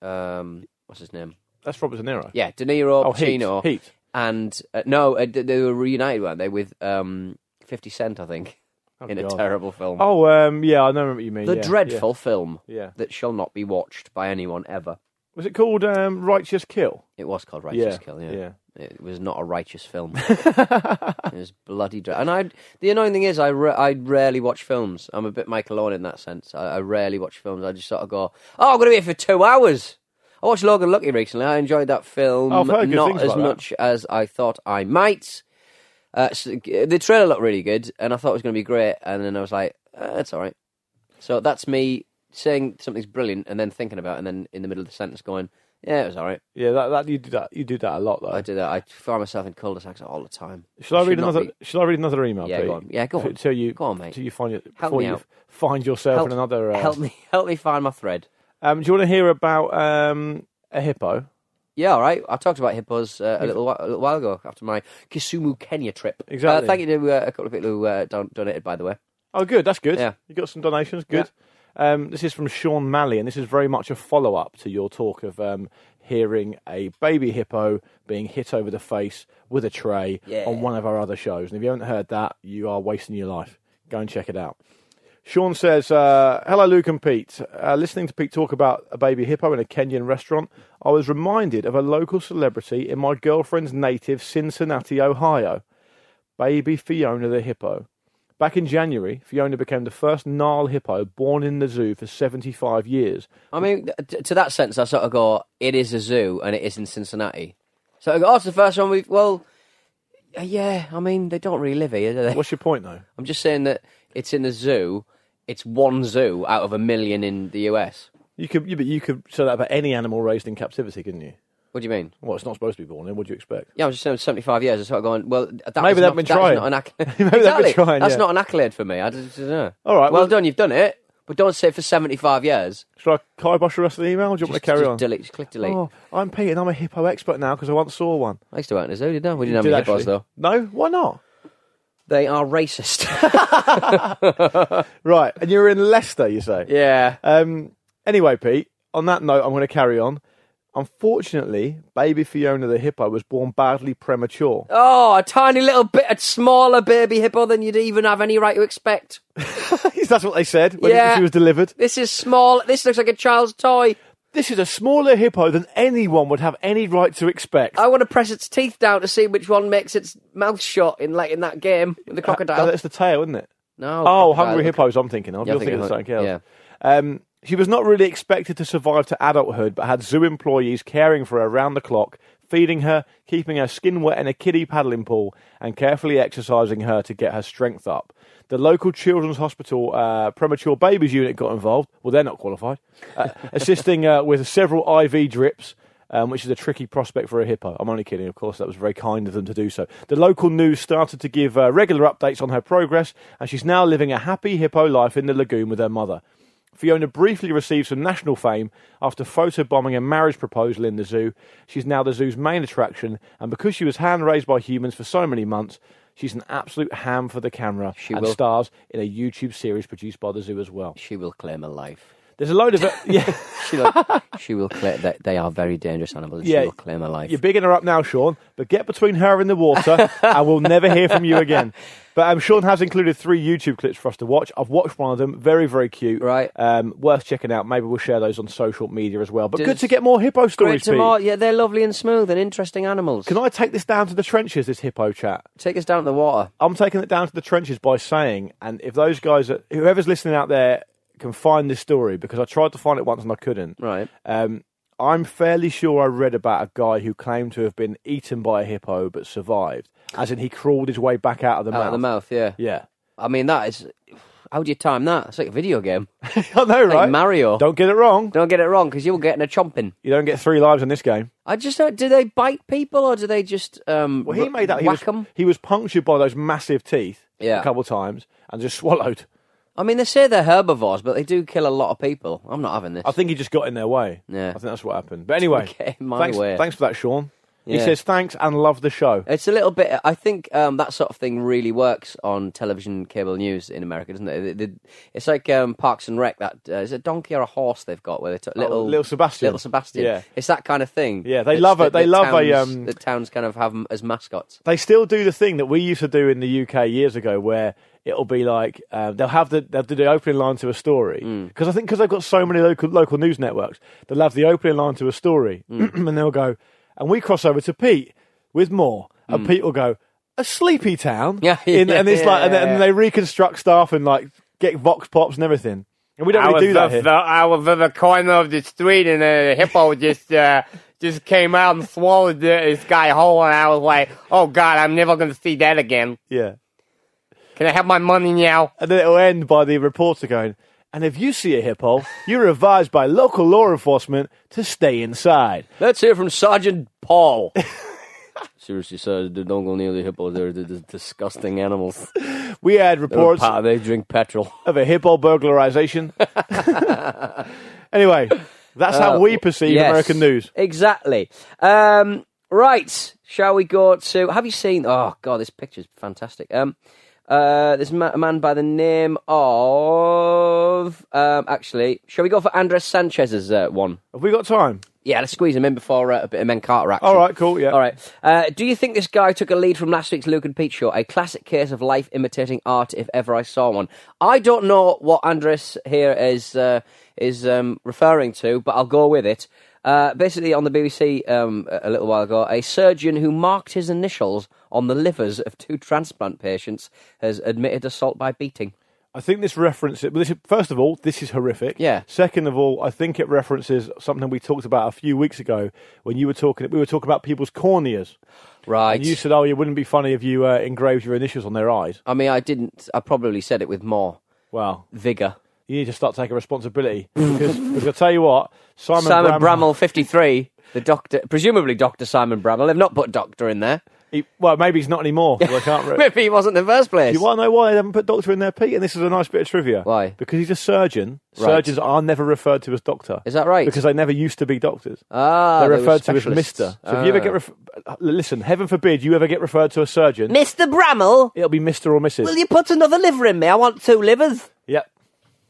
[SPEAKER 1] Um, what's his name?
[SPEAKER 2] That's Robert De Niro.
[SPEAKER 1] Yeah, De Niro,
[SPEAKER 2] Oh, Heat.
[SPEAKER 1] Pacino,
[SPEAKER 2] Heat.
[SPEAKER 1] and uh, no, uh, they- they were reunited, weren't they? With um, Fifty Cent, I think, in a
[SPEAKER 2] Oh, God.
[SPEAKER 1] terrible film.
[SPEAKER 2] Oh, um, yeah, I know what you mean.
[SPEAKER 1] the
[SPEAKER 2] yeah, yeah.
[SPEAKER 1] dreadful film
[SPEAKER 2] Yeah.
[SPEAKER 1] that shall not be watched by anyone ever.
[SPEAKER 2] Was it called um, Righteous Kill?
[SPEAKER 1] It was called Righteous Kill. Yeah.
[SPEAKER 2] yeah.
[SPEAKER 1] It was not a righteous film. it was bloody dra- And I, the annoying thing is, I, ra- I rarely watch films. I'm a bit Michael Owen in that sense. I, I rarely watch films. I just sort of go, oh, I'm going to be here for two hours. I watched Logan Lucky recently. I enjoyed that film
[SPEAKER 2] Oh, I've heard good
[SPEAKER 1] not
[SPEAKER 2] things
[SPEAKER 1] as
[SPEAKER 2] about that.
[SPEAKER 1] much as I thought I might. Uh, s the trailer looked really good, and I thought it was going to be great. And then I was like, uh, it's all right. So that's me saying something's brilliant, and then thinking about, it, and then in the middle of the sentence going, yeah, it was all right.
[SPEAKER 2] Yeah, that, that you do that you do that a lot though.
[SPEAKER 1] I do that. I find myself in cul-de-sacs all the time.
[SPEAKER 2] Shall I
[SPEAKER 1] Should
[SPEAKER 2] read
[SPEAKER 1] not
[SPEAKER 2] another? uh,
[SPEAKER 1] be-
[SPEAKER 2] Shall I read another email?
[SPEAKER 1] Yeah,
[SPEAKER 2] Pete?
[SPEAKER 1] go on. Yeah, go
[SPEAKER 2] F-
[SPEAKER 1] on.
[SPEAKER 2] Till you
[SPEAKER 1] Go on, mate.
[SPEAKER 2] Till you find your,
[SPEAKER 1] Help
[SPEAKER 2] before
[SPEAKER 1] me
[SPEAKER 2] you
[SPEAKER 1] out.
[SPEAKER 2] find yourself
[SPEAKER 1] Help,
[SPEAKER 2] in another. Uh,
[SPEAKER 1] help me, help me find my thread.
[SPEAKER 2] Um, do you want to hear about um, a hippo?
[SPEAKER 1] Yeah, all right. I talked about hippos uh, a, little while, a little while ago after my Kisumu, Kenya trip.
[SPEAKER 2] Exactly.
[SPEAKER 1] Uh, thank you to uh, a couple of people who uh, don- donated, by the way.
[SPEAKER 2] Oh, good. That's good.
[SPEAKER 1] Yeah.
[SPEAKER 2] You got some donations. Good. Um, this is from Sean Malley, and this is very much a follow up to your talk of um, hearing a baby hippo being hit over the face with a tray
[SPEAKER 1] Yeah.
[SPEAKER 2] on one of our other shows. And if you haven't heard that, you are wasting your life. Go and check it out. Sean says, uh, Hello, Luke and Pete. Uh, listening to Pete talk about a baby hippo in a Kenyan restaurant, I was reminded of a local celebrity in my girlfriend's native Cincinnati, Ohio baby Fiona the hippo. Back in January, Fiona became the first Nile hippo born in the zoo for 75 years.
[SPEAKER 1] I mean, th- t- to that sense, I sort of go, it is a zoo and it is in Cincinnati. So I go, oh, it's the first one we've, well, uh, yeah, I mean, they don't really live here, do they?
[SPEAKER 2] What's your point, though?
[SPEAKER 1] I'm just saying that it's in a zoo. It's one zoo out of a million in the US.
[SPEAKER 2] You could, you, but you could say that about any animal raised in captivity, couldn't you?
[SPEAKER 1] What do you mean?
[SPEAKER 2] Well, it's not supposed to be born in. What do you expect?
[SPEAKER 1] Yeah, I was just saying 75 years. I sort of going, well, that
[SPEAKER 2] Maybe
[SPEAKER 1] is
[SPEAKER 2] they've
[SPEAKER 1] not,
[SPEAKER 2] been
[SPEAKER 1] that is
[SPEAKER 2] trying.
[SPEAKER 1] not an accolade.
[SPEAKER 2] Maybe they've been
[SPEAKER 1] exactly.
[SPEAKER 2] trying,
[SPEAKER 1] That's
[SPEAKER 2] yeah.
[SPEAKER 1] not an accolade for me. I just, don't know.
[SPEAKER 2] All right,
[SPEAKER 1] Well,
[SPEAKER 2] well-
[SPEAKER 1] done. You've done it. But don't say for 75 years.
[SPEAKER 2] Should I kibosh the rest of the email? Or do you
[SPEAKER 1] Just,
[SPEAKER 2] want me to carry
[SPEAKER 1] just
[SPEAKER 2] on?
[SPEAKER 1] delete. Just click delete.
[SPEAKER 2] Oh, I'm Pete, and I'm a hippo expert now because I once saw one.
[SPEAKER 1] I used to work in a zoo, didn't I? We didn't
[SPEAKER 2] Did
[SPEAKER 1] have any
[SPEAKER 2] actually.
[SPEAKER 1] hippos, though.
[SPEAKER 2] No, why not?
[SPEAKER 1] They are racist.
[SPEAKER 2] Right, and you're in Leicester, you say?
[SPEAKER 1] yeah.
[SPEAKER 2] Um, anyway, Pete, on that note, I'm going to carry on. Unfortunately, baby Fiona the hippo was born badly premature.
[SPEAKER 1] Oh, a tiny little bit, a smaller baby hippo than you'd even have any right to expect.
[SPEAKER 2] That's what they said when
[SPEAKER 1] Yeah.
[SPEAKER 2] she was delivered.
[SPEAKER 1] This is small. This looks like a child's toy.
[SPEAKER 2] This is a smaller hippo than anyone would have any right to expect.
[SPEAKER 1] I want to press its teeth down to see which one makes its mouth shut in like in that game with the crocodile.
[SPEAKER 2] No, that's the tail, isn't it?
[SPEAKER 1] no.
[SPEAKER 2] Uh, Oh,
[SPEAKER 1] crocodile.
[SPEAKER 2] hungry hippos. I'm thinking of.
[SPEAKER 1] Yeah,
[SPEAKER 2] You're
[SPEAKER 1] I think
[SPEAKER 2] thinking of
[SPEAKER 1] of
[SPEAKER 2] something
[SPEAKER 1] hun-
[SPEAKER 2] else. Um, she was not really expected to survive to adulthood, but had zoo employees caring for her around the clock, feeding her, keeping her skin wet in a kiddie paddling pool, and carefully exercising her to get her strength up. The local children's hospital uh, premature babies unit got involved. Well, they're not qualified, uh, assisting uh, with several IV drips. um, which is a tricky prospect for a hippo. I'm only kidding, of course. That was very kind of them to do so. The local news started to give uh, regular updates on her progress, and she's now living a happy hippo life in the lagoon with her mother. Fiona briefly received some national fame after photobombing a marriage proposal in the zoo. She's now the zoo's main attraction, and because she was hand raised by humans for so many months, she's an absolute ham for the camera
[SPEAKER 1] She
[SPEAKER 2] and
[SPEAKER 1] will-
[SPEAKER 2] stars in a YouTube series produced by the zoo as well.
[SPEAKER 1] She will claim a life.
[SPEAKER 2] There's a load of uh, yeah,
[SPEAKER 1] She, like, she will claim that they are very dangerous animals. and
[SPEAKER 2] Yeah.
[SPEAKER 1] She will claim a life.
[SPEAKER 2] You're bigging her up now, Sean, but get between her and the water, and we'll never hear from you again. But um, Sean has included three YouTube clips for us to watch. I've watched one of them, very, very cute.
[SPEAKER 1] Right.
[SPEAKER 2] Um, worth checking out. Maybe we'll share those on social media as well. But
[SPEAKER 1] Does-
[SPEAKER 2] good to get more hippo stories,
[SPEAKER 1] Great
[SPEAKER 2] Pete.
[SPEAKER 1] tomorrow. Yeah, they're lovely and smooth and interesting animals.
[SPEAKER 2] Can I take this down to the trenches, this hippo chat?
[SPEAKER 1] Take us down to the water.
[SPEAKER 2] I'm taking it down to the trenches by saying, and if those guys, are, whoever's listening out there, can find this story, because I tried to find it once and I couldn't.
[SPEAKER 1] Right.
[SPEAKER 2] Um, I'm fairly sure I read about a guy who claimed to have been eaten by a hippo but survived, as in he crawled his way back out of the
[SPEAKER 1] Out
[SPEAKER 2] mouth.
[SPEAKER 1] of the mouth, yeah.
[SPEAKER 2] Yeah,
[SPEAKER 1] I mean, that is. How do you time that? It's like a video game.
[SPEAKER 2] I know,
[SPEAKER 1] Like
[SPEAKER 2] right?
[SPEAKER 1] Mario.
[SPEAKER 2] Don't get it wrong.
[SPEAKER 1] Don't get it wrong because you're getting a chomping.
[SPEAKER 2] You don't get three lives in this game.
[SPEAKER 1] I just don't. Do they bite people or do they just um,
[SPEAKER 2] Well, he
[SPEAKER 1] r-
[SPEAKER 2] made that he
[SPEAKER 1] whack
[SPEAKER 2] was,
[SPEAKER 1] them?
[SPEAKER 2] he was punctured by those massive teeth
[SPEAKER 1] Yeah.
[SPEAKER 2] a couple of times and just swallowed.
[SPEAKER 1] I mean, they say they're herbivores, but they do kill a lot of people. I'm not having this.
[SPEAKER 2] I think he just got in their way.
[SPEAKER 1] Yeah.
[SPEAKER 2] I think that's what happened. But anyway,
[SPEAKER 1] Okay, my
[SPEAKER 2] thanks,
[SPEAKER 1] way.
[SPEAKER 2] thanks for that, Sean. He
[SPEAKER 1] Yeah.
[SPEAKER 2] says thanks and love the show.
[SPEAKER 1] It's a little bit. I think um, that sort of thing really works on television cable news in America, doesn't it? It- it- It's like um, Parks and Rec. That uh, is it a donkey or a horse they've got where they took little
[SPEAKER 2] Oh, Little Sebastian.
[SPEAKER 1] Little Sebastian.
[SPEAKER 2] Yeah.
[SPEAKER 1] It's that kind of thing.
[SPEAKER 2] Yeah, they
[SPEAKER 1] It's
[SPEAKER 2] love a-
[SPEAKER 1] that-
[SPEAKER 2] they
[SPEAKER 1] that
[SPEAKER 2] love a,
[SPEAKER 1] towns-
[SPEAKER 2] um,
[SPEAKER 1] that towns kind of have 'em as mascots.
[SPEAKER 2] They still do the thing that we used to do in the UK years ago, where it'll be like uh, they'll have the they'll do the opening line to a story
[SPEAKER 1] Mm.
[SPEAKER 2] because I think because they've got so many local local news
[SPEAKER 1] Mm.
[SPEAKER 2] networks, they'll have the opening line to a story, and they'll go, and we cross over to Pete. with more, and people go a sleepy town.
[SPEAKER 1] Mm. Yeah,
[SPEAKER 2] in, and it's like, and, then-
[SPEAKER 1] yeah.
[SPEAKER 2] and they reconstruct stuff and like get vox pops and everything. And we don't really do that here.
[SPEAKER 4] I was at the corner of the street and a hippo just uh, just came out and swallowed the- this guy whole, uh, and I was like, "Oh God, I'm never going to see that again."
[SPEAKER 2] Yeah.
[SPEAKER 4] Can I have my money now?
[SPEAKER 2] And then it'll end by the reporter going, and if you see a hippo, you're advised by local law enforcement to stay inside.
[SPEAKER 1] Let's hear from Sergeant Paul. Seriously, sir, don't go near the hippos. They're, they're disgusting animals.
[SPEAKER 2] We had
[SPEAKER 1] They're
[SPEAKER 2] reports
[SPEAKER 1] pa- they drink petrol.
[SPEAKER 2] of a hippo burglarization. anyway, that's how we perceive
[SPEAKER 1] Uh, Yes.
[SPEAKER 2] American news.
[SPEAKER 1] Exactly. Um, right. Shall we go to? Have you seen? Oh God, this picture's fantastic. Um, uh, this ma- a man by the name of. Um, actually, shall we go for Andres Sanchez's uh, one?
[SPEAKER 2] Have we got time?
[SPEAKER 1] Yeah, let's squeeze him in before uh, a bit of Men Carter action.
[SPEAKER 2] All right, cool, yeah.
[SPEAKER 1] All right. Uh, do you think this guy took a lead from last week's Luke and Pete show? A classic case of life imitating art, if ever I saw one. I don't know what Andres here is uh, is um, referring to, but I'll go with it. Uh, basically, on the BBC um, a a little while ago, a surgeon who marked his initials on the livers of two transplant patients has admitted assault by beating.
[SPEAKER 2] I think this references. Well, this, first of all, this is horrific.
[SPEAKER 1] Yeah.
[SPEAKER 2] Second of all, I think it references something we talked about a few weeks ago when you were talking. We were talking about people's corneas.
[SPEAKER 1] Right.
[SPEAKER 2] And you said, "Oh, it wouldn't be funny if you uh, engraved your initials on their eyes."
[SPEAKER 1] I mean, I didn't. I probably said it with more
[SPEAKER 2] Well,
[SPEAKER 1] vigour.
[SPEAKER 2] you need to start taking responsibility because, because I tell you what, Simon,
[SPEAKER 1] Simon
[SPEAKER 2] Bram-
[SPEAKER 1] Bramwell, 53, the doctor, presumably Dr. Simon Bramwell. They've not put doctor in there.
[SPEAKER 2] he- well, maybe he's not anymore. 'cause I can't. Re-
[SPEAKER 1] Maybe he wasn't in the first place.
[SPEAKER 2] you want to know why they haven't put doctor in there, Pete? And this is a nice bit of trivia.
[SPEAKER 1] Why?
[SPEAKER 2] Because he's a surgeon.
[SPEAKER 1] Right.
[SPEAKER 2] Surgeons are never referred to as doctor.
[SPEAKER 1] Is that right?
[SPEAKER 2] Because they never used to be doctors.
[SPEAKER 1] ah,
[SPEAKER 2] they're
[SPEAKER 1] they were
[SPEAKER 2] referred to as
[SPEAKER 1] specialists.
[SPEAKER 2] Mister. So if you ever get,
[SPEAKER 1] Ah.
[SPEAKER 2] ref- listen, heaven forbid you ever get referred to a surgeon,
[SPEAKER 1] Mr. Bramwell,
[SPEAKER 2] it'll be Mister or Mrs.
[SPEAKER 1] will you put another liver in me? I want two livers.
[SPEAKER 2] Yep,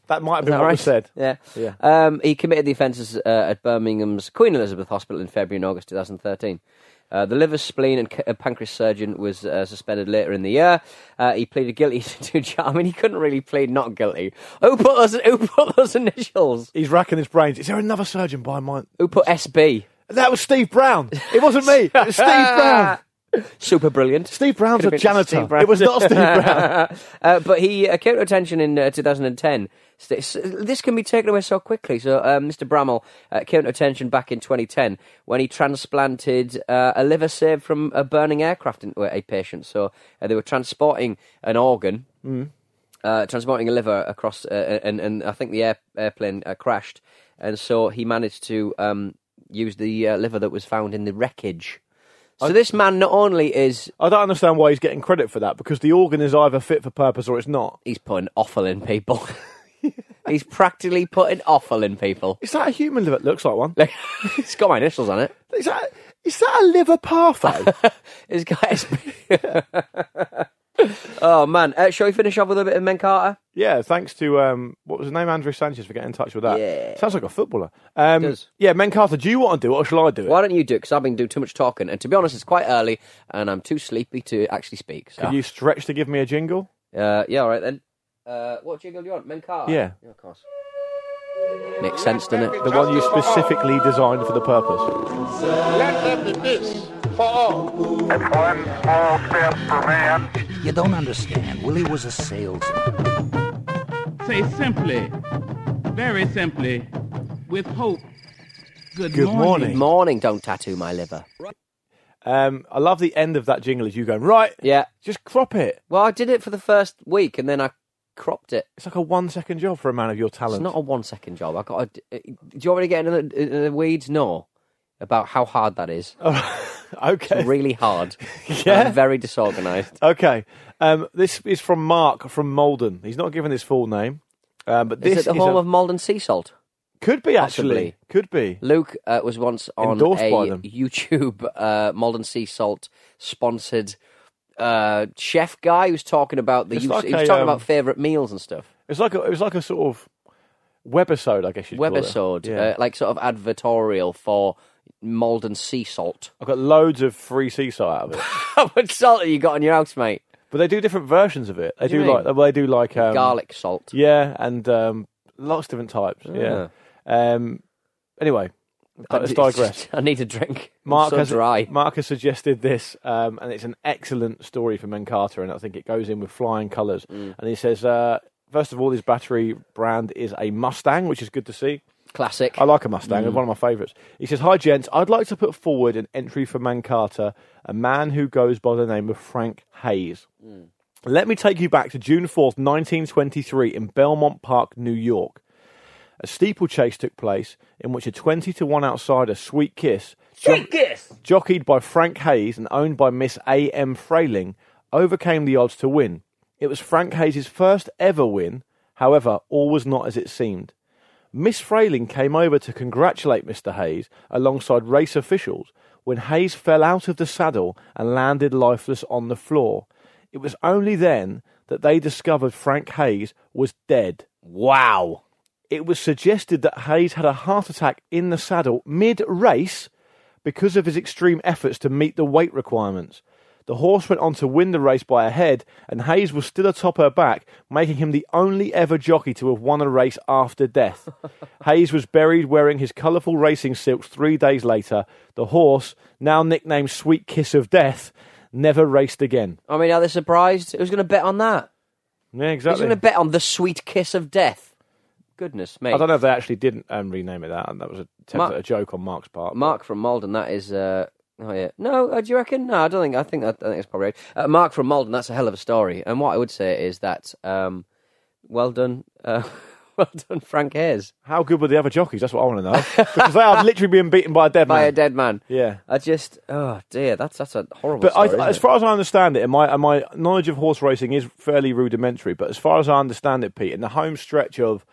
[SPEAKER 2] that might have
[SPEAKER 1] Is
[SPEAKER 2] been
[SPEAKER 1] that
[SPEAKER 2] what
[SPEAKER 1] right?
[SPEAKER 2] was said.
[SPEAKER 1] Yeah.
[SPEAKER 2] Yeah.
[SPEAKER 1] Um, he committed the offences uh, at Birmingham's Queen Elizabeth Hospital in February and August 2013. Uh, the liver, spleen, and c- uh, pancreas surgeon was uh, suspended later in the year. Uh, he pleaded guilty to. ch- I mean, he couldn't really plead not guilty. Who put us? Who put those initials?
[SPEAKER 2] He's racking his brains. Is there another surgeon by mine?
[SPEAKER 1] Who put SB?
[SPEAKER 2] That was Steve Brown. It wasn't me. It was Steve Brown.
[SPEAKER 1] Super brilliant.
[SPEAKER 2] Steve Brown's
[SPEAKER 1] Could've been
[SPEAKER 2] a janitor.
[SPEAKER 1] Steve Brown.
[SPEAKER 2] It was not Steve Brown.
[SPEAKER 1] Uh, but he uh, came to attention in uh, 2010. So it's- This can be taken away so quickly. So uh, Mr. Bramall uh, came to attention back in 2010 when he transplanted uh, a liver saved from a burning aircraft into a patient. So uh, they were transporting an organ.
[SPEAKER 2] Mm.
[SPEAKER 1] Uh, transporting a liver across, uh, and and I think the air, airplane uh, crashed, and so he managed to um, use the uh, liver that was found in the wreckage. So this man not only is
[SPEAKER 2] I don't understand why he's getting credit for that because the organ is either fit for purpose or it's not.
[SPEAKER 1] he's putting offal in people. he's practically putting offal in people.
[SPEAKER 2] Is that a human liver? Looks like one.
[SPEAKER 1] Like, it's got my initials on it.
[SPEAKER 2] Is that is that a liver parfait?
[SPEAKER 1] It's got oh man, uh, shall we finish off with a bit of Men Carter?
[SPEAKER 2] Yeah, thanks to um, what was his name, Andrew Sanchez, for getting in touch with that.
[SPEAKER 1] Yeah.
[SPEAKER 2] sounds like a footballer. Um,
[SPEAKER 1] does.
[SPEAKER 2] Yeah, Men Carter, do you want to do it or shall I do it?
[SPEAKER 1] Why don't you do it? Because I've been doing too much talking, and to be honest, it's quite early, and I'm too sleepy to actually speak. So.
[SPEAKER 2] Could you stretch to give me a jingle?
[SPEAKER 1] Uh, yeah, all right then. Uh, what jingle do you want? Men Carter.
[SPEAKER 2] Yeah.
[SPEAKER 1] of course. Makes sense, doesn't it?
[SPEAKER 2] The one you specifically designed for the purpose.
[SPEAKER 5] It's one small step for man.
[SPEAKER 6] You don't understand. Willie was a salesman.
[SPEAKER 7] Say simply, very simply, with hope. Good,
[SPEAKER 2] Good morning.
[SPEAKER 1] Morning, don't tattoo my liver.
[SPEAKER 2] Um, I love the end of that jingle as you go, right,
[SPEAKER 1] Yeah.
[SPEAKER 2] just crop it.
[SPEAKER 1] Well, I did it for the first week, and then I cropped it.
[SPEAKER 2] It's like a one second job for a man of your talent.
[SPEAKER 1] It's not a one second job. I got. A, uh, do you want me to get into the, into the weeds? No, about how hard that is.
[SPEAKER 2] okay.
[SPEAKER 1] really hard.
[SPEAKER 2] Yeah.
[SPEAKER 1] I'm very disorganised.
[SPEAKER 2] Okay. Um, this is from Mark from Malden. He's not given his full name. Um, but this
[SPEAKER 1] is it the
[SPEAKER 2] is
[SPEAKER 1] home
[SPEAKER 2] a-
[SPEAKER 1] of mould and sea salt?
[SPEAKER 2] could be
[SPEAKER 1] Possibly.
[SPEAKER 2] actually could be
[SPEAKER 1] Luke uh, was once on
[SPEAKER 2] Endorsed
[SPEAKER 1] a
[SPEAKER 2] by them.
[SPEAKER 1] YouTube uh, mould and sea salt sponsored uh, chef guy who was talking about the
[SPEAKER 2] It's
[SPEAKER 1] use,
[SPEAKER 2] like
[SPEAKER 1] he was
[SPEAKER 2] a,
[SPEAKER 1] talking
[SPEAKER 2] um,
[SPEAKER 1] about favourite meals and stuff.
[SPEAKER 2] it's like a, it was like a sort of webisode, I guess you'd call it.
[SPEAKER 1] Webisode, uh, like sort of advertorial for mould and sea salt.
[SPEAKER 2] I've got loads of free seesaw out of it.
[SPEAKER 1] How much salt have you got in your house, mate?
[SPEAKER 2] But they do different versions of it. They
[SPEAKER 1] do you
[SPEAKER 2] do
[SPEAKER 1] mean?
[SPEAKER 2] like well, they do like um,
[SPEAKER 1] Garlic salt. Ah.
[SPEAKER 2] Yeah, and um, lots of different types. Yeah. Um, anyway, Let's digress.
[SPEAKER 1] I need a drink. I'm
[SPEAKER 2] Mark
[SPEAKER 1] so
[SPEAKER 2] has
[SPEAKER 1] dry.
[SPEAKER 2] Mark has suggested this, um, and it's an excellent story for Menkata, and I think it goes in with flying colours. And he says, uh, first of all, his battery brand is a Mustang, which is good to see.
[SPEAKER 1] Classic.
[SPEAKER 2] I like a Mustang, it's one of my favourites. He says, Hi, gents. I'd like to put forward an entry for Mankata, a man who goes by the name of Frank Hayes. Let me take you back to June 4th, 1923, in Belmont Park, New York. A steeplechase took place in which a 20 to 1 outsider, Sweet Kiss, Sweet Kiss! jockeyed by Frank Hayes and owned by Miss A.M. Frayling, overcame the odds to win. It was Frank Hayes' first ever win, however, all was not as it seemed. Miss Frayling came over to congratulate Mr. Hayes alongside race officials when Hayes fell out of the saddle and landed lifeless on the floor. It was only then that they discovered Frank Hayes was dead. Wow. It was suggested that Hayes had a heart attack in the saddle mid race because of his extreme efforts to meet the weight requirements. The horse went on to win the race by a head, and Hayes was still atop her back, making him the only ever jockey to have won a race after death. Hayes was buried wearing his colourful racing silks three days later. The horse, now nicknamed Sweet Kiss of Death, never raced again.
[SPEAKER 1] I mean, are they surprised? Who's going to bet on that?
[SPEAKER 2] Yeah,
[SPEAKER 1] Who's
[SPEAKER 2] exactly.
[SPEAKER 1] going to bet on the sweet kiss of death? Goodness me.
[SPEAKER 2] I don't know if they actually didn't um, rename it that, and that was a, attempt
[SPEAKER 1] Mark-
[SPEAKER 2] at a joke on Mark's part.
[SPEAKER 1] Mark from Malden, that is. Uh, oh yeah, no, uh, do you reckon? No, I don't think. I think that, I think it's probably right. Uh, Mark from Malden, that's a hell of a story. And what I would say is that, um, well done, uh, well done, Frank Hayes,
[SPEAKER 2] How good were the other jockeys? That's what I want to know. because they are literally being beaten by a dead
[SPEAKER 1] by
[SPEAKER 2] man.
[SPEAKER 1] a dead man.
[SPEAKER 2] Yeah.
[SPEAKER 1] I just, oh dear, that's that's a horrible.
[SPEAKER 2] But
[SPEAKER 1] story,
[SPEAKER 2] I,
[SPEAKER 1] isn't
[SPEAKER 2] as
[SPEAKER 1] it?
[SPEAKER 2] far as I understand it, and my, and my knowledge of horse racing is fairly rudimentary, but as far as I understand it, Pete, in the home stretch of,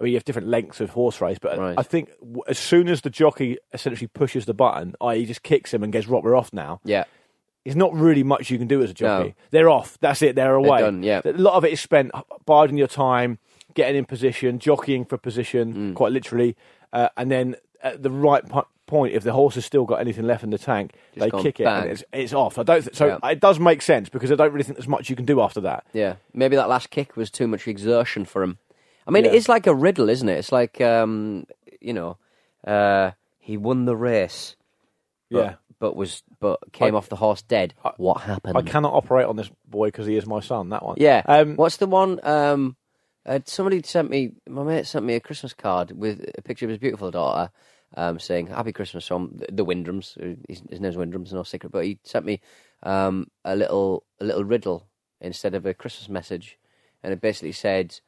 [SPEAKER 2] I mean, you have different lengths of horse race, but
[SPEAKER 1] Right.
[SPEAKER 2] I think w- as soon as the jockey essentially pushes the button, i.e., just kicks him and goes, right, we're off now,
[SPEAKER 1] yeah,
[SPEAKER 2] it's not really much you can do as a jockey.
[SPEAKER 1] No.
[SPEAKER 2] They're off. That's it. They're away.
[SPEAKER 1] done, yeah.
[SPEAKER 2] A lot of it is spent biding your time, getting in position, jockeying for
[SPEAKER 1] Mm.
[SPEAKER 2] position, quite literally, uh, and then at the right po- point, if the horse has still got anything left in the tank,
[SPEAKER 1] Just
[SPEAKER 2] they
[SPEAKER 1] gone
[SPEAKER 2] kick it
[SPEAKER 1] bang.
[SPEAKER 2] and it's, it's off. I don't. Th- so
[SPEAKER 1] Yeah.
[SPEAKER 2] it does make sense because I don't really think there's much you can do after that.
[SPEAKER 1] yeah. Maybe that last kick was too much exertion for him. I mean,
[SPEAKER 2] Yeah.
[SPEAKER 1] it is like a riddle, isn't it? It's like, um, you know, uh, he won the race, but,
[SPEAKER 2] Yeah.
[SPEAKER 1] but was but came
[SPEAKER 2] I-
[SPEAKER 1] off the horse dead.
[SPEAKER 2] I-
[SPEAKER 1] what happened?
[SPEAKER 2] I cannot operate on this boy because he is my son. That one.
[SPEAKER 1] Um, Yeah.
[SPEAKER 2] Um,
[SPEAKER 1] What's the one? Um, uh, somebody sent me. My mate sent me a Christmas card with a picture of his beautiful daughter, um, saying "Happy Christmas" from th- the Windrums. Uh, His, his name's Windrums, no secret. But he sent me um, a little a little riddle instead of a Christmas message, and it basically said,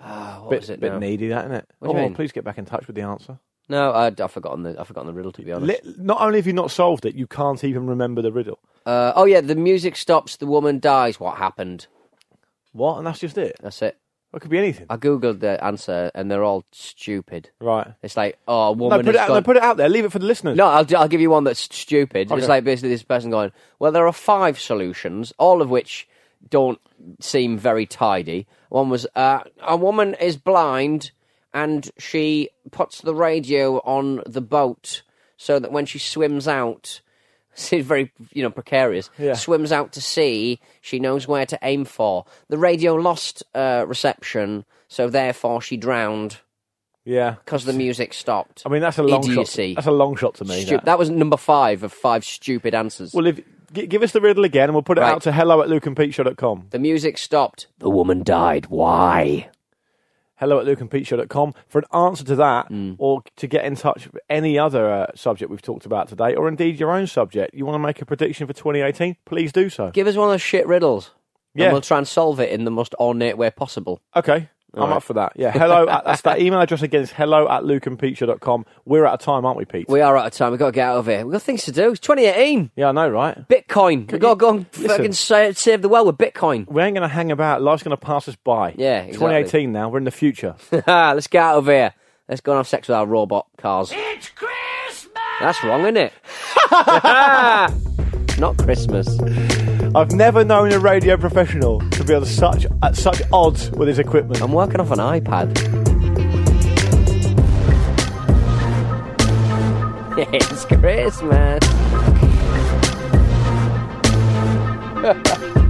[SPEAKER 1] ah, "What
[SPEAKER 2] bit,
[SPEAKER 1] was it?"
[SPEAKER 2] bit
[SPEAKER 1] now?
[SPEAKER 2] needy, that isn't it?
[SPEAKER 1] What do you
[SPEAKER 2] oh,
[SPEAKER 1] mean?
[SPEAKER 2] please get back in touch with the answer.
[SPEAKER 1] No, I'd, I've forgotten the I've forgotten the riddle to be honest.
[SPEAKER 2] Li- not only have you not solved it, you can't even remember the riddle.
[SPEAKER 1] Uh, oh yeah, the music stops, the woman dies. What happened?
[SPEAKER 2] What? And that's just it.
[SPEAKER 1] That's it.
[SPEAKER 2] It could be anything.
[SPEAKER 1] I googled the answer, and they're all stupid.
[SPEAKER 2] right.
[SPEAKER 1] It's like, oh, a
[SPEAKER 2] No,
[SPEAKER 1] woman
[SPEAKER 2] put it,
[SPEAKER 1] has
[SPEAKER 2] out,
[SPEAKER 1] gone-
[SPEAKER 2] no, put it out there. Leave it for the listeners.
[SPEAKER 1] No, I'll, do- I'll give you one that's st- stupid.
[SPEAKER 2] Okay.
[SPEAKER 1] It's like basically this person going, well, there are five solutions, all of which don't seem very tidy. One was uh, a woman is blind and she puts the radio on the boat so that when she swims out, it's very you know precarious.
[SPEAKER 2] Yeah.
[SPEAKER 1] Swims out to sea. She knows where to aim for. The radio lost uh, reception, so therefore she drowned
[SPEAKER 2] Yeah.
[SPEAKER 1] because the music stopped.
[SPEAKER 2] I mean, that's a long
[SPEAKER 1] Idiocy.
[SPEAKER 2] shot. That's a long shot to me.
[SPEAKER 1] Stu-
[SPEAKER 2] that.
[SPEAKER 1] that. was number five of five stupid answers.
[SPEAKER 2] Well, if, gi- give us the riddle again and we'll put it
[SPEAKER 1] Right.
[SPEAKER 2] out to hello at lukeandpeteshow.com.
[SPEAKER 1] the music stopped. The woman died. Why?
[SPEAKER 2] Hello at lukeandpeteshow.com for an answer to that
[SPEAKER 1] Hmm.
[SPEAKER 2] or to get in touch with any other uh, subject we've talked about today or indeed your own subject. You want to make a prediction for 2018? Please do so.
[SPEAKER 1] Give us one of those shit riddles.
[SPEAKER 2] Yeah.
[SPEAKER 1] And we'll try and solve it in the most ornate way possible.
[SPEAKER 2] Okay. I'm
[SPEAKER 1] right.
[SPEAKER 2] up for that. Yeah. Hello. at, that's that email address again. It's hello at lukeandpeteshow.com. We're out of time, aren't we, Pete?
[SPEAKER 1] We are out of time. We've got to get out of here. We've got things to do. It's 2018.
[SPEAKER 2] yeah, I know, right?
[SPEAKER 1] Bitcoin. We've got to go and
[SPEAKER 2] Listen.
[SPEAKER 1] fucking sa- save the world with Bitcoin.
[SPEAKER 2] We ain't going to hang about. Life's going to pass us by.
[SPEAKER 1] Yeah, exactly.
[SPEAKER 2] 2018 now. We're in the future.
[SPEAKER 1] Ah, Let's get out of here. Let's go and have sex with our robot cars.
[SPEAKER 5] It's Christmas!
[SPEAKER 1] That's wrong, isn't it? Not Christmas.
[SPEAKER 2] I've never known a radio professional to be at such at such odds with his equipment.
[SPEAKER 1] I'm working off an iPad. It's Christmas.